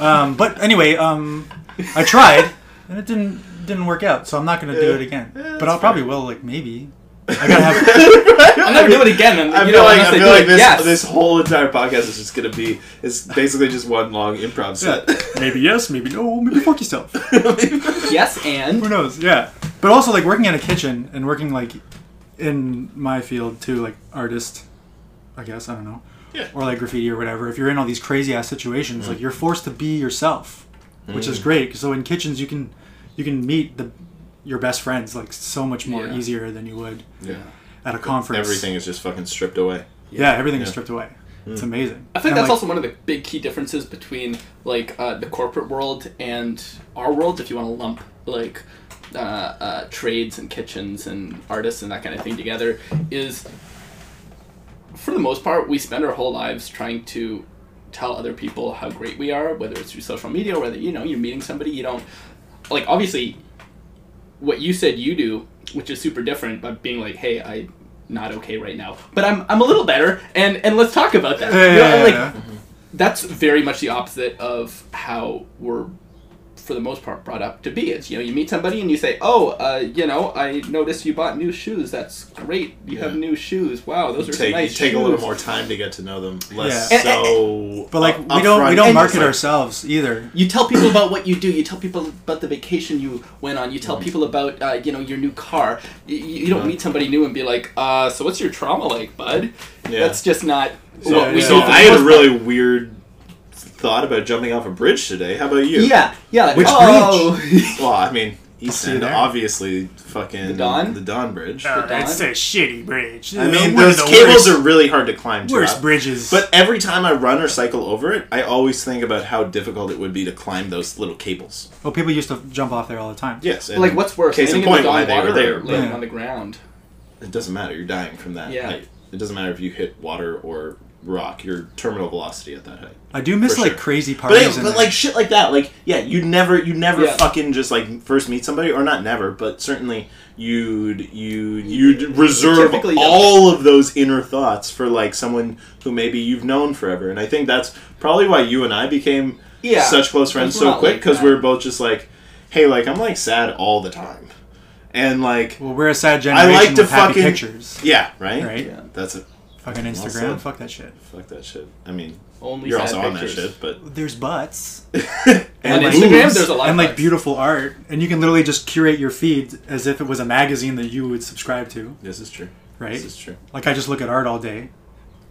Speaker 6: Um, but anyway, um, I tried, and it didn't didn't work out, so I'm not gonna do it again. but I'll probably will, like maybe. I gotta have.
Speaker 7: I'll never do it again. And,
Speaker 5: I
Speaker 7: you
Speaker 5: feel
Speaker 7: know,
Speaker 5: like
Speaker 7: unless
Speaker 5: I
Speaker 7: they
Speaker 5: feel
Speaker 7: do
Speaker 5: like
Speaker 7: it.
Speaker 5: this
Speaker 7: yes.
Speaker 5: this whole entire podcast is just gonna be it's basically just one long improv set.
Speaker 6: maybe yes, maybe no, maybe fuck yourself.
Speaker 7: yes,
Speaker 6: Who
Speaker 7: and
Speaker 6: knows? Yeah. But also like working in a kitchen and working like in my field too, like artist, I guess, I don't know.
Speaker 5: Yeah.
Speaker 6: Or like graffiti or whatever. If you're in all these crazy ass situations,
Speaker 5: Mm.
Speaker 6: like you're forced to be yourself, which is great. So in kitchens you can you can meet the your best friends like so much more
Speaker 7: Yeah.
Speaker 6: easier than you would
Speaker 5: Yeah.
Speaker 6: at a conference.
Speaker 5: Everything is just fucking stripped away.
Speaker 6: Yeah, everything is
Speaker 5: Yeah. Mm.
Speaker 6: stripped away. It's amazing.
Speaker 7: I think that's also one of the big key differences between like uh, the corporate world and our world, if you want to lump like uh, uh, trades and kitchens and artists and that kind of thing together, is for the most part we spend our whole lives trying to tell other people how great we are, whether it's through social media, whether you know you're meeting somebody, you don't like obviously what you said you do, which is super different, but being like, hey, I not okay right now, but I'm I'm a little better, and and let's talk about that. You know,
Speaker 6: yeah,
Speaker 7: like,
Speaker 6: yeah.
Speaker 7: that's very much the opposite of how we're for the most part brought up to be it's you know you meet somebody and you say oh uh, you know i noticed you bought new shoes that's great you have
Speaker 5: Yeah.
Speaker 7: new shoes wow those are some
Speaker 5: Take
Speaker 7: nice
Speaker 5: you take a little
Speaker 7: shoes."
Speaker 5: more time to get to know them. Less
Speaker 6: Yeah.
Speaker 7: And- and-
Speaker 5: so
Speaker 6: But like
Speaker 5: up-
Speaker 6: we don't we
Speaker 5: upfront.
Speaker 6: don't
Speaker 5: It's
Speaker 6: market
Speaker 5: like,
Speaker 6: ourselves either.
Speaker 7: you tell people about what you do you tell people about the vacation you went on you tell people about uh, you know your new car you, you don't meet somebody new and be like uh, so what's your trauma like bud
Speaker 5: Yeah.
Speaker 7: that's just not
Speaker 5: So,
Speaker 7: what we
Speaker 5: so
Speaker 7: do for the
Speaker 5: I had a
Speaker 7: most
Speaker 5: really weird thought about jumping off a bridge today. How about you?
Speaker 7: part. yeah yeah like,
Speaker 6: Which
Speaker 7: oh
Speaker 5: Well, I mean, East
Speaker 6: see you
Speaker 5: End,
Speaker 6: there.
Speaker 5: obvioking fucking
Speaker 7: The Don?
Speaker 5: the Don Bridge.
Speaker 2: Oh,
Speaker 7: The
Speaker 2: that's
Speaker 7: Don?
Speaker 2: a shitty bridge.
Speaker 5: I mean,
Speaker 2: One of
Speaker 5: those
Speaker 2: the
Speaker 5: cables
Speaker 2: worst-
Speaker 5: are really hard to climb. To
Speaker 2: worst
Speaker 5: up.
Speaker 2: bridges.
Speaker 5: But every time I run or cycle over it, I always think about how difficult it would be to climb those little cables.
Speaker 6: Well people used to jump off there all the time.
Speaker 5: Yes. and
Speaker 7: like what's worse
Speaker 5: Case in
Speaker 7: landing
Speaker 5: point,
Speaker 7: the
Speaker 5: why
Speaker 7: Don
Speaker 5: they were
Speaker 7: water
Speaker 5: there.
Speaker 7: or
Speaker 5: But
Speaker 7: landing on the ground
Speaker 5: it doesn't matter. You're dying from that
Speaker 7: Yeah.
Speaker 5: height. It doesn't matter if you hit water or rock. Your terminal velocity at that height.
Speaker 6: I do miss
Speaker 5: For
Speaker 6: like
Speaker 5: sure.
Speaker 6: crazy
Speaker 5: But,
Speaker 6: parties.
Speaker 5: it-
Speaker 6: in
Speaker 5: but
Speaker 6: there.
Speaker 5: like shit like that, like yeah, you never, you never
Speaker 7: Yeah.
Speaker 5: fucking just like first meet somebody, or not never, but certainly you'd you you'd reserve
Speaker 7: Typically, yeah.
Speaker 5: all of those inner thoughts for like someone who maybe you've known forever, and I think that's probably why you and I became
Speaker 7: Yeah.
Speaker 5: such close friends
Speaker 7: We're
Speaker 5: so
Speaker 7: not
Speaker 5: quick
Speaker 7: like
Speaker 5: because
Speaker 7: that.
Speaker 5: we were both just like, hey, like I'm like sad all the time, and like
Speaker 6: Well, we're a
Speaker 5: I
Speaker 6: sad generation
Speaker 5: like to
Speaker 6: with happy
Speaker 5: fucking
Speaker 6: pictures,
Speaker 5: yeah, right,
Speaker 6: right?
Speaker 7: Yeah.
Speaker 5: That's it.
Speaker 6: Fucking Instagram,
Speaker 5: said.
Speaker 6: fuck that shit.
Speaker 5: Fuck that shit. I mean,
Speaker 7: only
Speaker 5: you're
Speaker 7: sad
Speaker 5: also on that
Speaker 7: pictures.
Speaker 5: shit, but
Speaker 6: There's butts
Speaker 7: on
Speaker 5: like,
Speaker 7: Instagram,
Speaker 6: boobs,
Speaker 7: there's a lot
Speaker 6: and
Speaker 7: of
Speaker 6: like
Speaker 7: butts.
Speaker 6: beautiful art, and you can literally just curate your feed as if it was a magazine that you would subscribe to,
Speaker 5: this is true.
Speaker 6: right?
Speaker 5: This is true.
Speaker 6: Like I just look at art all day,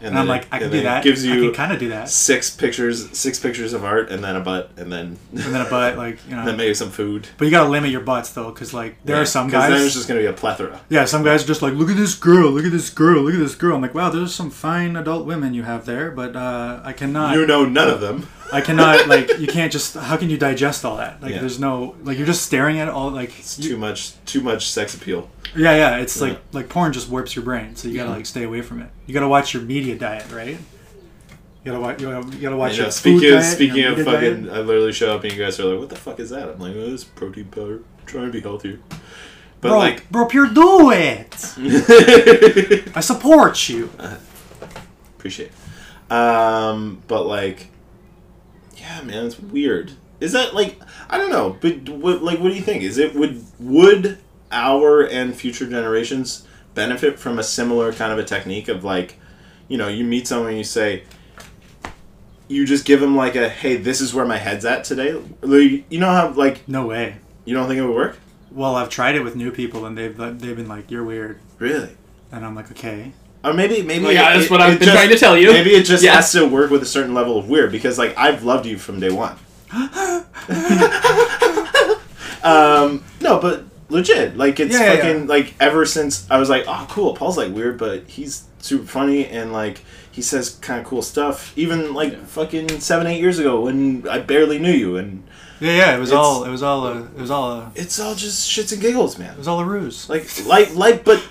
Speaker 6: and,
Speaker 5: then
Speaker 6: I'm
Speaker 5: it-
Speaker 6: like, I can
Speaker 5: and
Speaker 6: do
Speaker 5: then it
Speaker 6: that.
Speaker 5: Gives you
Speaker 6: I can kind of do that,
Speaker 5: six pictures, six pictures of art, and then a butt, and then
Speaker 6: and then a butt, like you know.
Speaker 5: then maybe some food.
Speaker 6: but you gotta limit your butts though, because like there are some
Speaker 5: 'Cause Then
Speaker 6: guys.
Speaker 5: it's just gonna be a plethora.
Speaker 6: yeah, some guys are just like, look at this girl, look at this girl, look at this girl. I'm like, wow, there's some fine adult women you have there, but uh, I cannot.
Speaker 5: You know none of them.
Speaker 6: I cannot like you can't just how can you digest all that? Like
Speaker 5: Yeah.
Speaker 6: there's no like you're just staring at all like
Speaker 5: It's too much, too much sex appeal.
Speaker 6: yeah yeah it's like like porn just warps your brain so you gotta like stay away from it. You gotta watch your media diet right. You gotta watch you gotta, you gotta watch
Speaker 5: You
Speaker 6: your
Speaker 5: know, uh, speaking
Speaker 6: food
Speaker 5: of,
Speaker 6: diet, your
Speaker 5: speaking of
Speaker 6: media
Speaker 5: fucking,
Speaker 6: diet.
Speaker 5: I literally show up and you guys are like, "What the fuck is that?" I'm like, "Oh, this protein powder. trying to be healthier." But
Speaker 6: bro
Speaker 5: like,
Speaker 6: bro pure do it. I support you.
Speaker 5: appreciate. it. Um, but like, yeah, man, it's weird. Is that like I don't know, but what, like, what do you think? Is it would would our and future generations benefit from a similar kind of a technique of like, you know, you meet someone and you say, you just give them like a hey, this is where my head's at today. Like, you know how like
Speaker 6: No way.
Speaker 5: you don't think it would work?
Speaker 6: Well, I've tried it with new people and they've they've been like you're weird
Speaker 5: Really?
Speaker 6: and I'm like okay.
Speaker 5: Or maybe maybe
Speaker 7: Well, yeah, that's what I've been
Speaker 5: just-
Speaker 7: trying to tell you.
Speaker 5: Maybe it just
Speaker 7: Yeah.
Speaker 5: has to work with a certain level of weird because like I've loved you from day one. um, no, but legit, like it's
Speaker 6: Yeah, yeah,
Speaker 5: fucking
Speaker 6: yeah.
Speaker 5: like ever since I was like, oh cool, Paul's like weird, but he's super funny and like he says kind of cool stuff. Even like fucking seven eight years ago when I barely knew you, and
Speaker 6: Yeah, yeah. It was
Speaker 5: It's-
Speaker 6: all. It was all. A, it was all. A,
Speaker 5: it's all just shits and giggles, man.
Speaker 6: it was all a ruse.
Speaker 5: Like life, life, but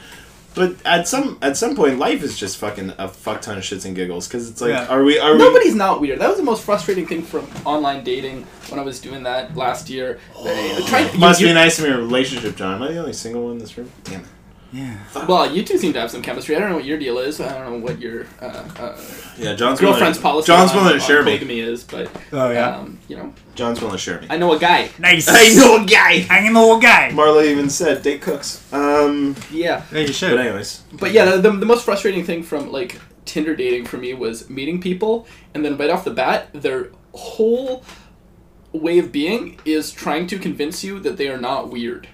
Speaker 5: but at some at some point, life is just fucking a fuck ton of shits and giggles. Because it's like,
Speaker 6: Yeah.
Speaker 5: are we are we?
Speaker 7: Nobody's not weird. That was the most frustrating thing from online dating when I was doing that last year. They- trying- you-
Speaker 5: Oh. Must
Speaker 7: you-
Speaker 5: be nice to be in a relationship, John. Am I the only single one in this room? Damn it.
Speaker 6: yeah.
Speaker 7: Well, you two seem to have some chemistry. I don't know what your deal is. I don't know what your uh, uh,
Speaker 5: Yeah, John's
Speaker 7: girlfriend's
Speaker 5: willing,
Speaker 7: policy
Speaker 5: John's
Speaker 7: on,
Speaker 5: willing to
Speaker 7: on
Speaker 5: share me.
Speaker 7: polygamy is, but
Speaker 6: Oh yeah.
Speaker 7: um, you know,
Speaker 5: John's willing to share me.
Speaker 7: I know a guy.
Speaker 1: Nice.
Speaker 5: a guy.
Speaker 1: I know a guy.
Speaker 5: Marla even said date cooks. Um,
Speaker 7: Yeah,
Speaker 6: yeah, you
Speaker 5: but
Speaker 6: should.
Speaker 5: anyways,
Speaker 7: but yeah, the, the most frustrating thing from like Tinder dating for me was meeting people, and then right off the bat, their whole way of being is trying to convince you that they are not weird.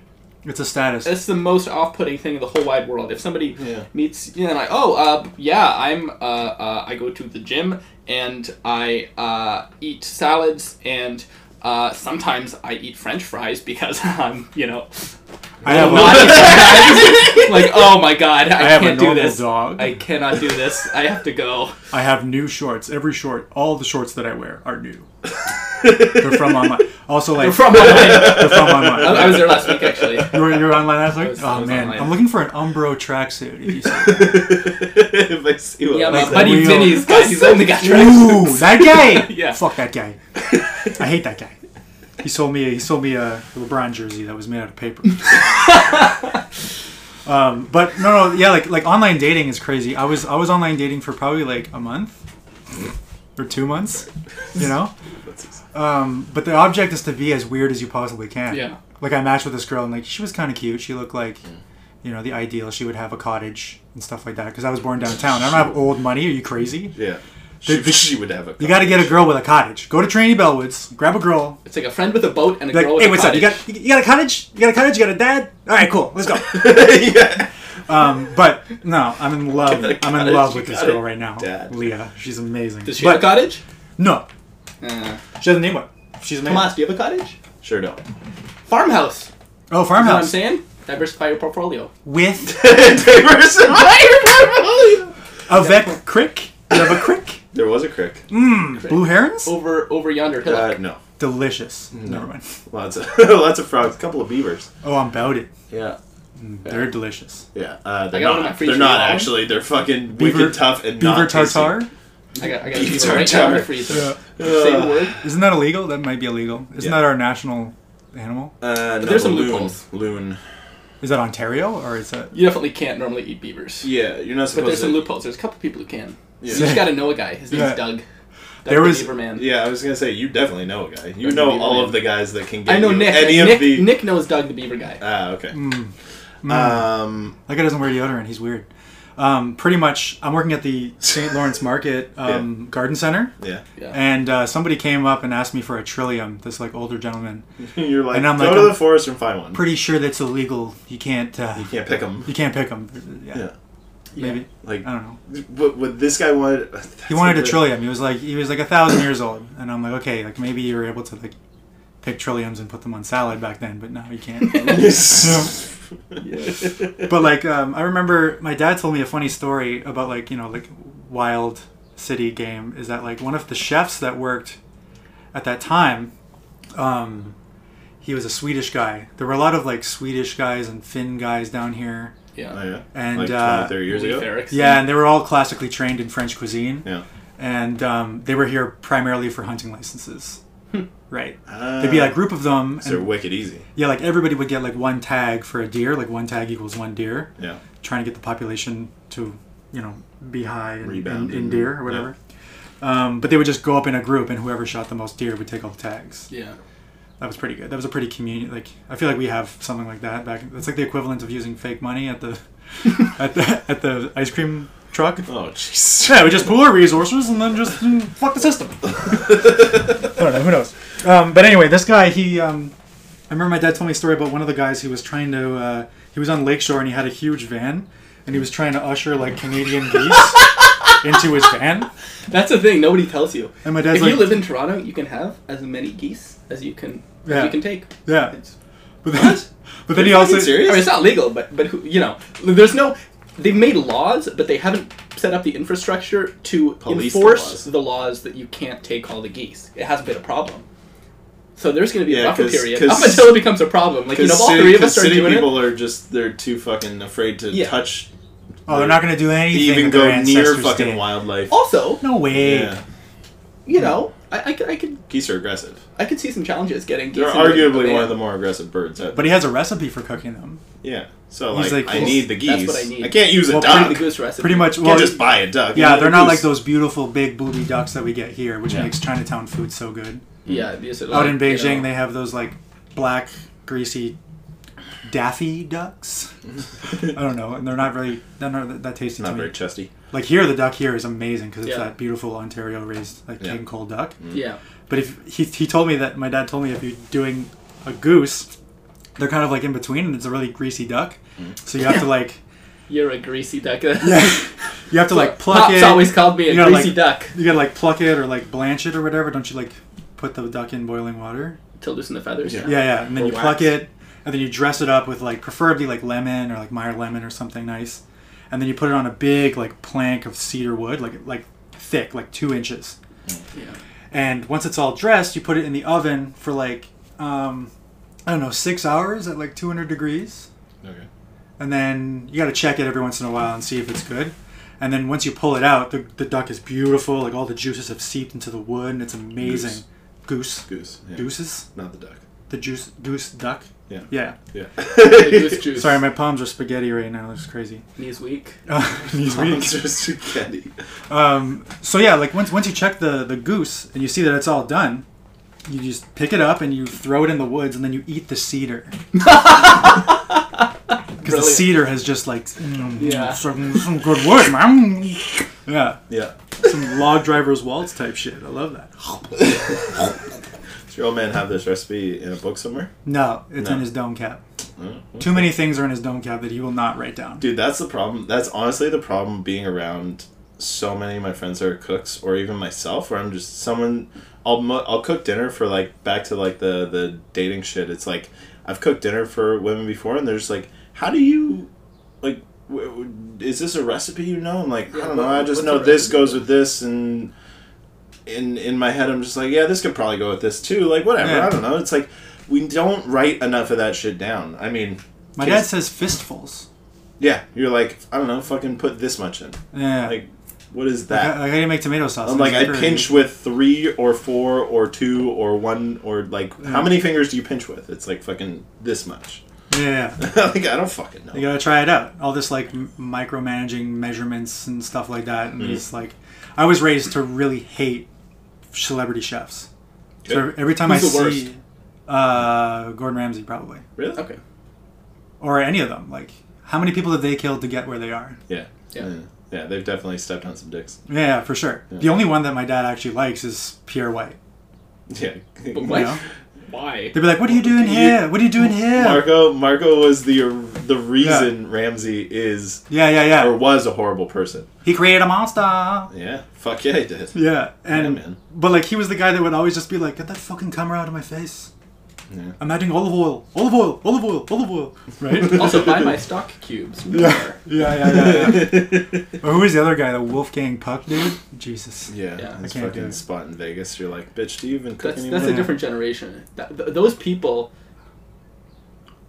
Speaker 6: It's a status.
Speaker 7: That's the most off-putting thing in the whole wide world. If somebody
Speaker 5: Yeah.
Speaker 7: meets you know, like, oh, uh, yeah, I'm, uh, uh, I go to the gym and I uh, eat salads and uh, sometimes I eat French fries because I'm, you know,
Speaker 6: I have
Speaker 7: not
Speaker 6: a,
Speaker 7: eating fries. like, oh my god, I,
Speaker 6: I have a
Speaker 7: can't do
Speaker 6: normal
Speaker 7: this.
Speaker 6: dog.
Speaker 7: I cannot do this. I have to go.
Speaker 6: I have new shorts. Every short, all the shorts that I wear are new. They're from online. Also, like
Speaker 7: From online.
Speaker 6: they're from online.
Speaker 7: I I was there last week actually.
Speaker 6: You were, you were online last week.
Speaker 7: was- I
Speaker 6: oh
Speaker 7: was
Speaker 6: man,
Speaker 7: online.
Speaker 6: I'm looking for an Umbro tracksuit. if you see-
Speaker 5: if I see what
Speaker 7: Yeah,
Speaker 5: like
Speaker 7: my
Speaker 6: Like
Speaker 5: that.
Speaker 7: buddy
Speaker 6: real-
Speaker 7: Vinny's got. He's only got tracks.
Speaker 6: Ooh, that guy.
Speaker 7: Yeah.
Speaker 6: Fuck that guy. I hate that guy. He sold me. He sold me a LeBron jersey that was made out of paper. um, but no, no, yeah, like like online dating is crazy. I was I was online dating for probably like a month or two months, you know. Um, but the object is to be as weird as you possibly can.
Speaker 7: Yeah. Mm.
Speaker 6: Like I matched with this girl and like she was kind of cute. She looked like, you know, the ideal. She would have a cottage and stuff like that. Because I was born downtown. I don't have old money. Are you crazy?
Speaker 5: Yeah, she,
Speaker 6: the-
Speaker 5: she would have a.
Speaker 6: You got to get a girl with a cottage. Go to Trinity Bellwoods, grab a girl.
Speaker 7: It's like a friend with a boat and a
Speaker 6: Be like,
Speaker 7: girl with
Speaker 6: hey,
Speaker 7: a
Speaker 6: what's
Speaker 7: cottage.
Speaker 6: up? You got you got a cottage? You got a cottage? You got a dad? All right, cool. Let's go.
Speaker 5: yeah.
Speaker 6: um, but no, I'm in love.
Speaker 5: Got a
Speaker 6: I'm in
Speaker 5: cottage,
Speaker 6: love
Speaker 5: you
Speaker 6: with this
Speaker 5: got a
Speaker 6: girl right now,
Speaker 5: dad.
Speaker 6: Leah. She's amazing.
Speaker 7: Does she
Speaker 6: But-
Speaker 7: have a cottage?
Speaker 6: No,
Speaker 7: Uh,
Speaker 6: she doesn't need one. She's amazing.
Speaker 7: Tomas, do you have a cottage?
Speaker 5: Sure don't.
Speaker 7: Farmhouse.
Speaker 6: Oh,
Speaker 7: You know what I'm
Speaker 6: farmhouse
Speaker 7: saying? Diversify your portfolio.
Speaker 6: with
Speaker 5: Diversify your portfolio.
Speaker 6: a vec crick. You have a crick.
Speaker 5: There was a crick.
Speaker 6: Blue herons.
Speaker 7: Over over yonder
Speaker 5: Uh,
Speaker 7: hillock.
Speaker 5: no,
Speaker 6: Delicious. Never mind.
Speaker 5: lots of lots of frogs, a couple of beavers.
Speaker 6: Oh, I'm about it.
Speaker 5: Yeah.
Speaker 6: They're delicious.
Speaker 5: Yeah, uh, they're
Speaker 7: got one in my
Speaker 5: not.
Speaker 7: freezer
Speaker 5: They're not
Speaker 7: now.
Speaker 5: actually. They're fucking
Speaker 6: Beaver-
Speaker 5: wicked tough and
Speaker 6: Beaver
Speaker 5: not tasty.
Speaker 6: tartar.
Speaker 7: I got I got
Speaker 5: You
Speaker 7: you
Speaker 5: turn
Speaker 7: right now in my
Speaker 5: dark.
Speaker 7: freezer.
Speaker 6: Yeah.
Speaker 7: Say the word.
Speaker 6: Isn't that illegal? That might be illegal. Isn't
Speaker 5: Yeah.
Speaker 6: that our national animal?
Speaker 5: Uh, no,
Speaker 7: there's some
Speaker 5: loon-
Speaker 7: loopholes.
Speaker 5: Loon.
Speaker 6: Is that Ontario or is that?
Speaker 7: You definitely can't normally eat beavers.
Speaker 5: Yeah, you're not
Speaker 7: But there's
Speaker 5: supposed
Speaker 7: some
Speaker 5: to.
Speaker 7: loopholes. There's a couple people who can.
Speaker 5: Yeah.
Speaker 7: You just gotta know a guy. His name's
Speaker 6: Yeah.
Speaker 7: Doug. Doug
Speaker 6: There
Speaker 7: the
Speaker 6: was-
Speaker 7: Beaver Man.
Speaker 5: yeah, I was gonna say you definitely know a guy. You
Speaker 7: There's
Speaker 5: know
Speaker 7: some
Speaker 5: all
Speaker 7: loopholes.
Speaker 5: of the guys that can get.
Speaker 7: I know
Speaker 5: you
Speaker 7: Nick.
Speaker 5: Any
Speaker 7: Nick,
Speaker 5: of the.
Speaker 7: Nick knows Doug the Beaver guy.
Speaker 5: Ah, okay.
Speaker 6: Hmm.
Speaker 5: Um,
Speaker 6: That guy doesn't wear deodorant. He's weird. Um, pretty much, I'm working at the St. Lawrence Market um, Garden Center,
Speaker 5: yeah.
Speaker 6: and uh, somebody came up and asked me for a trillium. This like older gentleman.
Speaker 5: You're like,
Speaker 6: And I'm
Speaker 5: go
Speaker 6: like,
Speaker 5: to
Speaker 6: I'm
Speaker 5: the forest and find one.
Speaker 6: Pretty sure that's illegal. You can't. Uh,
Speaker 5: you can't pick them.
Speaker 6: you can't pick them. Yeah,
Speaker 5: Yeah.
Speaker 6: maybe.
Speaker 5: Like,
Speaker 6: I don't know.
Speaker 5: what, what this guy wanted.
Speaker 6: He wanted a trillium. He was like he was like a thousand years old, and I'm like, okay, like maybe you were able to like pick trilliums and put them on salad back then, but now you can't. but like um, I remember my dad told me a funny story about like you know like wild city game is that like one of the chefs that worked at that time um, he was a Swedish guy there were a lot of like Swedish guys and Finn guys down here
Speaker 5: Oh,
Speaker 7: Yeah.
Speaker 5: yeah.
Speaker 6: And,
Speaker 5: like 20,
Speaker 6: uh,
Speaker 5: 30 years
Speaker 7: Leif
Speaker 5: ago.
Speaker 7: Erikson.
Speaker 6: yeah and they were all classically trained in French cuisine
Speaker 5: Yeah.
Speaker 6: and um, they were here primarily for hunting licenses
Speaker 5: Hmm.
Speaker 6: right
Speaker 5: Ah.
Speaker 6: there'd be a group of them
Speaker 5: They're
Speaker 6: and,
Speaker 5: wicked easy.
Speaker 6: yeah like everybody would get like one tag for a deer like one tag equals one deer
Speaker 5: Yeah.
Speaker 6: trying to get the population to, you know, be high and,
Speaker 5: Rebound
Speaker 6: and, and
Speaker 5: and-
Speaker 6: deer or whatever. Um, but they would just go up in a group, and whoever shot the most deer would take all the tags.
Speaker 7: Yeah.
Speaker 6: That was pretty good. That was a pretty community. Like I feel like we have something like that back. That's like the equivalent of using fake money at the at the at the ice cream truck.
Speaker 5: Oh, jeez.
Speaker 6: Yeah, we just pool our resources and then just mm, fuck the system. I don't know. Who knows? Um, but anyway, this guy, he. Um, I remember my dad told me a story about one of the guys who was trying to. Uh, he was on Lakeshore and he had a huge van, and he was trying to usher like Canadian geese into his van.
Speaker 7: That's the thing. Nobody tells you.
Speaker 6: And my dad's
Speaker 7: if
Speaker 6: like,
Speaker 7: you live in Toronto, you can have as many geese as you can
Speaker 6: Yeah.
Speaker 7: as you can take.
Speaker 6: yeah,
Speaker 7: It's-
Speaker 6: but then, but then he
Speaker 5: Are you
Speaker 6: also
Speaker 5: fucking serious?
Speaker 7: I mean, it's not legal, but but who, you know, there's no. They've made laws, but they haven't set up the infrastructure to
Speaker 5: Police the
Speaker 7: enforce
Speaker 5: laws.
Speaker 7: the laws. that you can't take all the geese. It hasn't been a problem. So there's going to be
Speaker 5: Yeah,
Speaker 7: a buffer
Speaker 5: 'cause-
Speaker 7: period
Speaker 5: 'cause-
Speaker 7: up until it becomes a problem. Like you know, if all
Speaker 5: city,
Speaker 7: three of
Speaker 5: 'cause
Speaker 7: us start
Speaker 5: city
Speaker 7: doing it.
Speaker 5: people are just they're too fucking afraid to
Speaker 7: Yeah.
Speaker 5: touch
Speaker 6: oh they're not gonna do anything.
Speaker 5: even
Speaker 6: that their
Speaker 5: go near
Speaker 6: ancestors
Speaker 5: fucking
Speaker 6: did.
Speaker 5: wildlife.
Speaker 7: Also,
Speaker 6: No way.
Speaker 5: Yeah.
Speaker 7: you know, I, I, could- I could
Speaker 5: Geese are aggressive.
Speaker 7: I could see some challenges getting geese.
Speaker 5: They're
Speaker 7: into a- a
Speaker 5: arguably one
Speaker 7: van.
Speaker 5: of the more aggressive birds. Out
Speaker 6: But
Speaker 5: there.
Speaker 6: he has a recipe for cooking them.
Speaker 5: yeah. So
Speaker 6: He's
Speaker 5: like,
Speaker 6: like,
Speaker 5: I need the
Speaker 7: That's
Speaker 5: geese.
Speaker 7: what I need.
Speaker 5: I can't use a
Speaker 6: Well,
Speaker 5: duck.
Speaker 7: Pretty goose recipe.
Speaker 6: Pretty much. Well,
Speaker 5: can't just buy a duck.
Speaker 6: yeah,
Speaker 5: You
Speaker 6: they're
Speaker 5: need a
Speaker 6: not like
Speaker 5: goose.
Speaker 6: those beautiful big booby ducks that we get here, which
Speaker 5: Yeah.
Speaker 6: makes Chinatown food so good.
Speaker 7: Yeah, these are
Speaker 6: Out
Speaker 7: like,
Speaker 6: in Beijing,
Speaker 7: you know-
Speaker 6: they have those like black, greasy, daffy ducks. I don't know, and they're not very they're not that- that tasty
Speaker 5: Not
Speaker 6: to
Speaker 5: very
Speaker 6: me.
Speaker 5: chesty.
Speaker 6: Like here, the duck here is amazing because it's
Speaker 7: Yeah.
Speaker 6: that beautiful Ontario raised like
Speaker 5: Yeah.
Speaker 6: King Cole duck.
Speaker 7: Yeah.
Speaker 6: But if he, he told me that my dad told me if you're doing a goose, they're kind of like in between, and it's a really greasy duck. So you have to like
Speaker 7: You're a greasy duck.
Speaker 6: you have to like pluck
Speaker 7: Pops
Speaker 6: it.
Speaker 7: always called me a
Speaker 6: you know,
Speaker 7: greasy
Speaker 6: like-
Speaker 7: duck
Speaker 6: You gotta like pluck it or like blanch it or whatever. Don't you like put the duck in boiling water?
Speaker 7: to loosen the feathers.
Speaker 5: Yeah.
Speaker 6: Yeah, yeah. And then
Speaker 5: Or
Speaker 6: you pluck
Speaker 5: wax.
Speaker 6: it, and then you dress it up with like preferably like lemon or like Meyer lemon or something nice, and then you put it on a big like plank of cedar wood, like like thick, like two inches.
Speaker 7: Yeah.
Speaker 6: And once it's all dressed, you put it in the oven for like um, I don't know six hours at like 200 degrees,
Speaker 5: Okay.
Speaker 6: and then you gotta check it every once in a while and see if it's good. And then once you pull it out, the, the duck is beautiful. Like all the juices have seeped into the wood, and it's amazing. Goose,
Speaker 5: Goose. Yeah.
Speaker 6: gooses,
Speaker 5: Not the duck.
Speaker 6: the juice goose duck.
Speaker 5: Yeah.
Speaker 6: Yeah.
Speaker 5: Yeah.
Speaker 7: The goose juice.
Speaker 6: Sorry, Uh, my palms are spaghetti right now. It's crazy.
Speaker 7: Knees weak.
Speaker 6: These weeks.
Speaker 5: Monster spaghetti.
Speaker 6: Um, so yeah, like once once you check the the goose and you see that it's all done, you just pick it up and you throw it in the woods and then you eat the cedar. Because the
Speaker 7: Brilliant.
Speaker 6: cedar has just like mm,
Speaker 7: Yeah.
Speaker 6: some, some good wood, man. Yeah,
Speaker 5: Yeah.
Speaker 6: some log driver's waltz type shit. I love that.
Speaker 5: Does your old man have this recipe in a book somewhere?
Speaker 6: No, it's
Speaker 5: No. Mm-hmm.
Speaker 6: in his dome cap. Too many things are in his dome cap that he will not write down.
Speaker 5: Dude, that's the problem. That's honestly the problem being around so many of my friends that are cooks, or even myself, where I'm just someone. I'll mo- I'll cook dinner for like back to like the the dating shit. It's like I've cooked dinner for women before, and they're just like, "How do you like? W- w- is this a recipe you know?" I'm like, "I don't know.
Speaker 7: what-
Speaker 5: I just
Speaker 7: what's
Speaker 5: know
Speaker 7: a
Speaker 5: this
Speaker 7: recipe?"
Speaker 5: goes with this and." in in my head I'm just like, yeah, this could probably go with this too. Like whatever,
Speaker 6: Yeah.
Speaker 5: I don't know. It's like we don't write enough of that shit down. I mean,
Speaker 6: My dad says fistfuls.
Speaker 5: yeah, you're like, I don't know, fucking put this much in.
Speaker 6: Yeah.
Speaker 5: Like what is
Speaker 6: Like,
Speaker 5: that?
Speaker 6: I, I gotta make tomato sauce.
Speaker 5: I'm
Speaker 6: in
Speaker 5: like
Speaker 6: his
Speaker 5: I
Speaker 6: liquor.
Speaker 5: pinch with 3 or 4 or 2 or 1 or like how many fingers do you pinch with? It's like fucking this much.
Speaker 6: Yeah.
Speaker 5: like I don't fucking know.
Speaker 6: You gotta try it out. All this like m- micromanaging measurements and stuff like that, and it's like, I was raised to really hate celebrity chefs. So
Speaker 5: Good.
Speaker 6: every time
Speaker 7: Who's
Speaker 6: I
Speaker 7: the
Speaker 6: see, uh, Gordon Ramsay probably,
Speaker 5: Really?
Speaker 7: Okay.
Speaker 6: or any of them, like how many people have they killed to get where they are?
Speaker 5: Yeah.
Speaker 7: Yeah.
Speaker 5: yeah. Yeah, they've definitely stepped on some dicks.
Speaker 6: Yeah, yeah, for sure. The only one that my dad actually likes is Pierre White.
Speaker 5: Yeah.
Speaker 7: But
Speaker 6: You
Speaker 7: what?
Speaker 6: know?
Speaker 7: Why?
Speaker 6: They'd be like, "What are you doing
Speaker 5: You-
Speaker 6: here? What are you doing here?"
Speaker 5: Marco Marco was the the reason Ramsey is
Speaker 6: yeah, yeah,
Speaker 5: or
Speaker 6: yeah.
Speaker 5: was a horrible person.
Speaker 6: He created a monster.
Speaker 5: Yeah, fuck yeah, he did.
Speaker 6: Yeah,
Speaker 5: Yeah,
Speaker 6: and
Speaker 5: man.
Speaker 6: but like he was the guy that would always just be like, "Get that fucking camera out of my face."
Speaker 5: Yeah.
Speaker 6: I'm adding olive oil, olive oil, olive oil, olive oil. Right?
Speaker 7: Also, buy my stock cubes. more.
Speaker 6: yeah, yeah, yeah. yeah. or who was the other guy? The Wolfgang Puck dude? Jesus.
Speaker 5: Yeah,
Speaker 7: Yeah.
Speaker 5: this
Speaker 6: I can't do
Speaker 5: fucking
Speaker 6: it.
Speaker 5: spot in Vegas. You're like, bitch, do you even cook
Speaker 7: That's,
Speaker 5: anymore?
Speaker 7: that's a different generation. That, th- those people,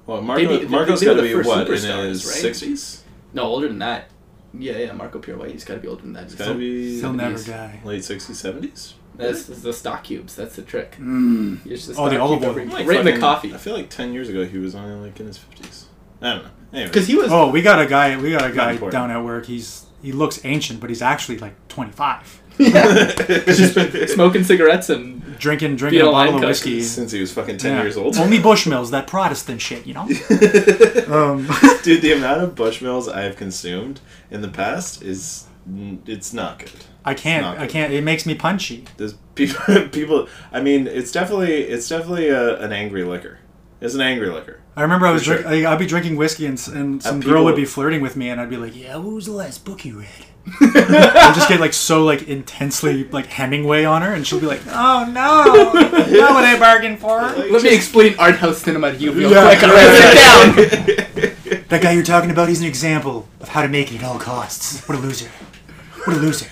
Speaker 5: well, Marco,
Speaker 7: they- they
Speaker 5: Marco's
Speaker 7: were
Speaker 5: got to
Speaker 7: the
Speaker 5: be
Speaker 7: first
Speaker 5: what in his
Speaker 7: superstars, right?
Speaker 5: 60s?
Speaker 7: no older than that. Yeah, yeah, Marco Pierre White. He's got to be older than that. He's
Speaker 5: Gotta
Speaker 7: so-
Speaker 5: be
Speaker 6: He'll never
Speaker 7: He's-
Speaker 6: die.
Speaker 5: late 60s, 70s.
Speaker 7: That's, that's the stock cubes. That's the trick. It's just
Speaker 6: Oh, the
Speaker 7: stock
Speaker 6: olive
Speaker 7: cube
Speaker 6: oil.
Speaker 7: every-
Speaker 5: I'm like
Speaker 7: Right in the
Speaker 5: fucking-
Speaker 7: coffee.
Speaker 5: I feel like 10 years ago he was only like in his 50s. I don't know. Anyway,
Speaker 7: Because he was.
Speaker 6: Oh, we got a guy. We got a guy
Speaker 5: important.
Speaker 6: down at work. He's he looks ancient, but he's actually like 25.
Speaker 7: just been smoking cigarettes and
Speaker 6: Drinking, drinking
Speaker 7: Being
Speaker 6: a
Speaker 7: a
Speaker 6: bottle of
Speaker 7: line cook.
Speaker 6: whiskey.
Speaker 5: since he was fucking 10
Speaker 6: Yeah.
Speaker 5: years old.
Speaker 6: Only Bushmills, that Protestant shit, you know. um,
Speaker 5: Dude, the amount of Bushmills I have consumed in the past is. It's not good.
Speaker 6: I can't.
Speaker 5: Not
Speaker 6: I
Speaker 5: good.
Speaker 6: can't. It makes me punchy.
Speaker 5: There's people, people. I mean, it's definitely, it's definitely a, an uh, angry liquor. It's an angry liquor.
Speaker 6: I remember I was
Speaker 5: sure.
Speaker 6: drink, I, I'd be drinking whiskey and, s- and some girl
Speaker 5: people-
Speaker 6: would be flirting with me and I'd be like, "Yeah, what was the last book you read?" I'd just get like so like intensely like Hemingway on her and she'll be like, "Oh no, not what I bargained for."
Speaker 7: Let me explain art house cinema to you real
Speaker 6: Yeah.
Speaker 7: quick. All right, sit down.
Speaker 6: That guy you're talking about, he's an example of how to make it at all costs. What a loser! What a loser!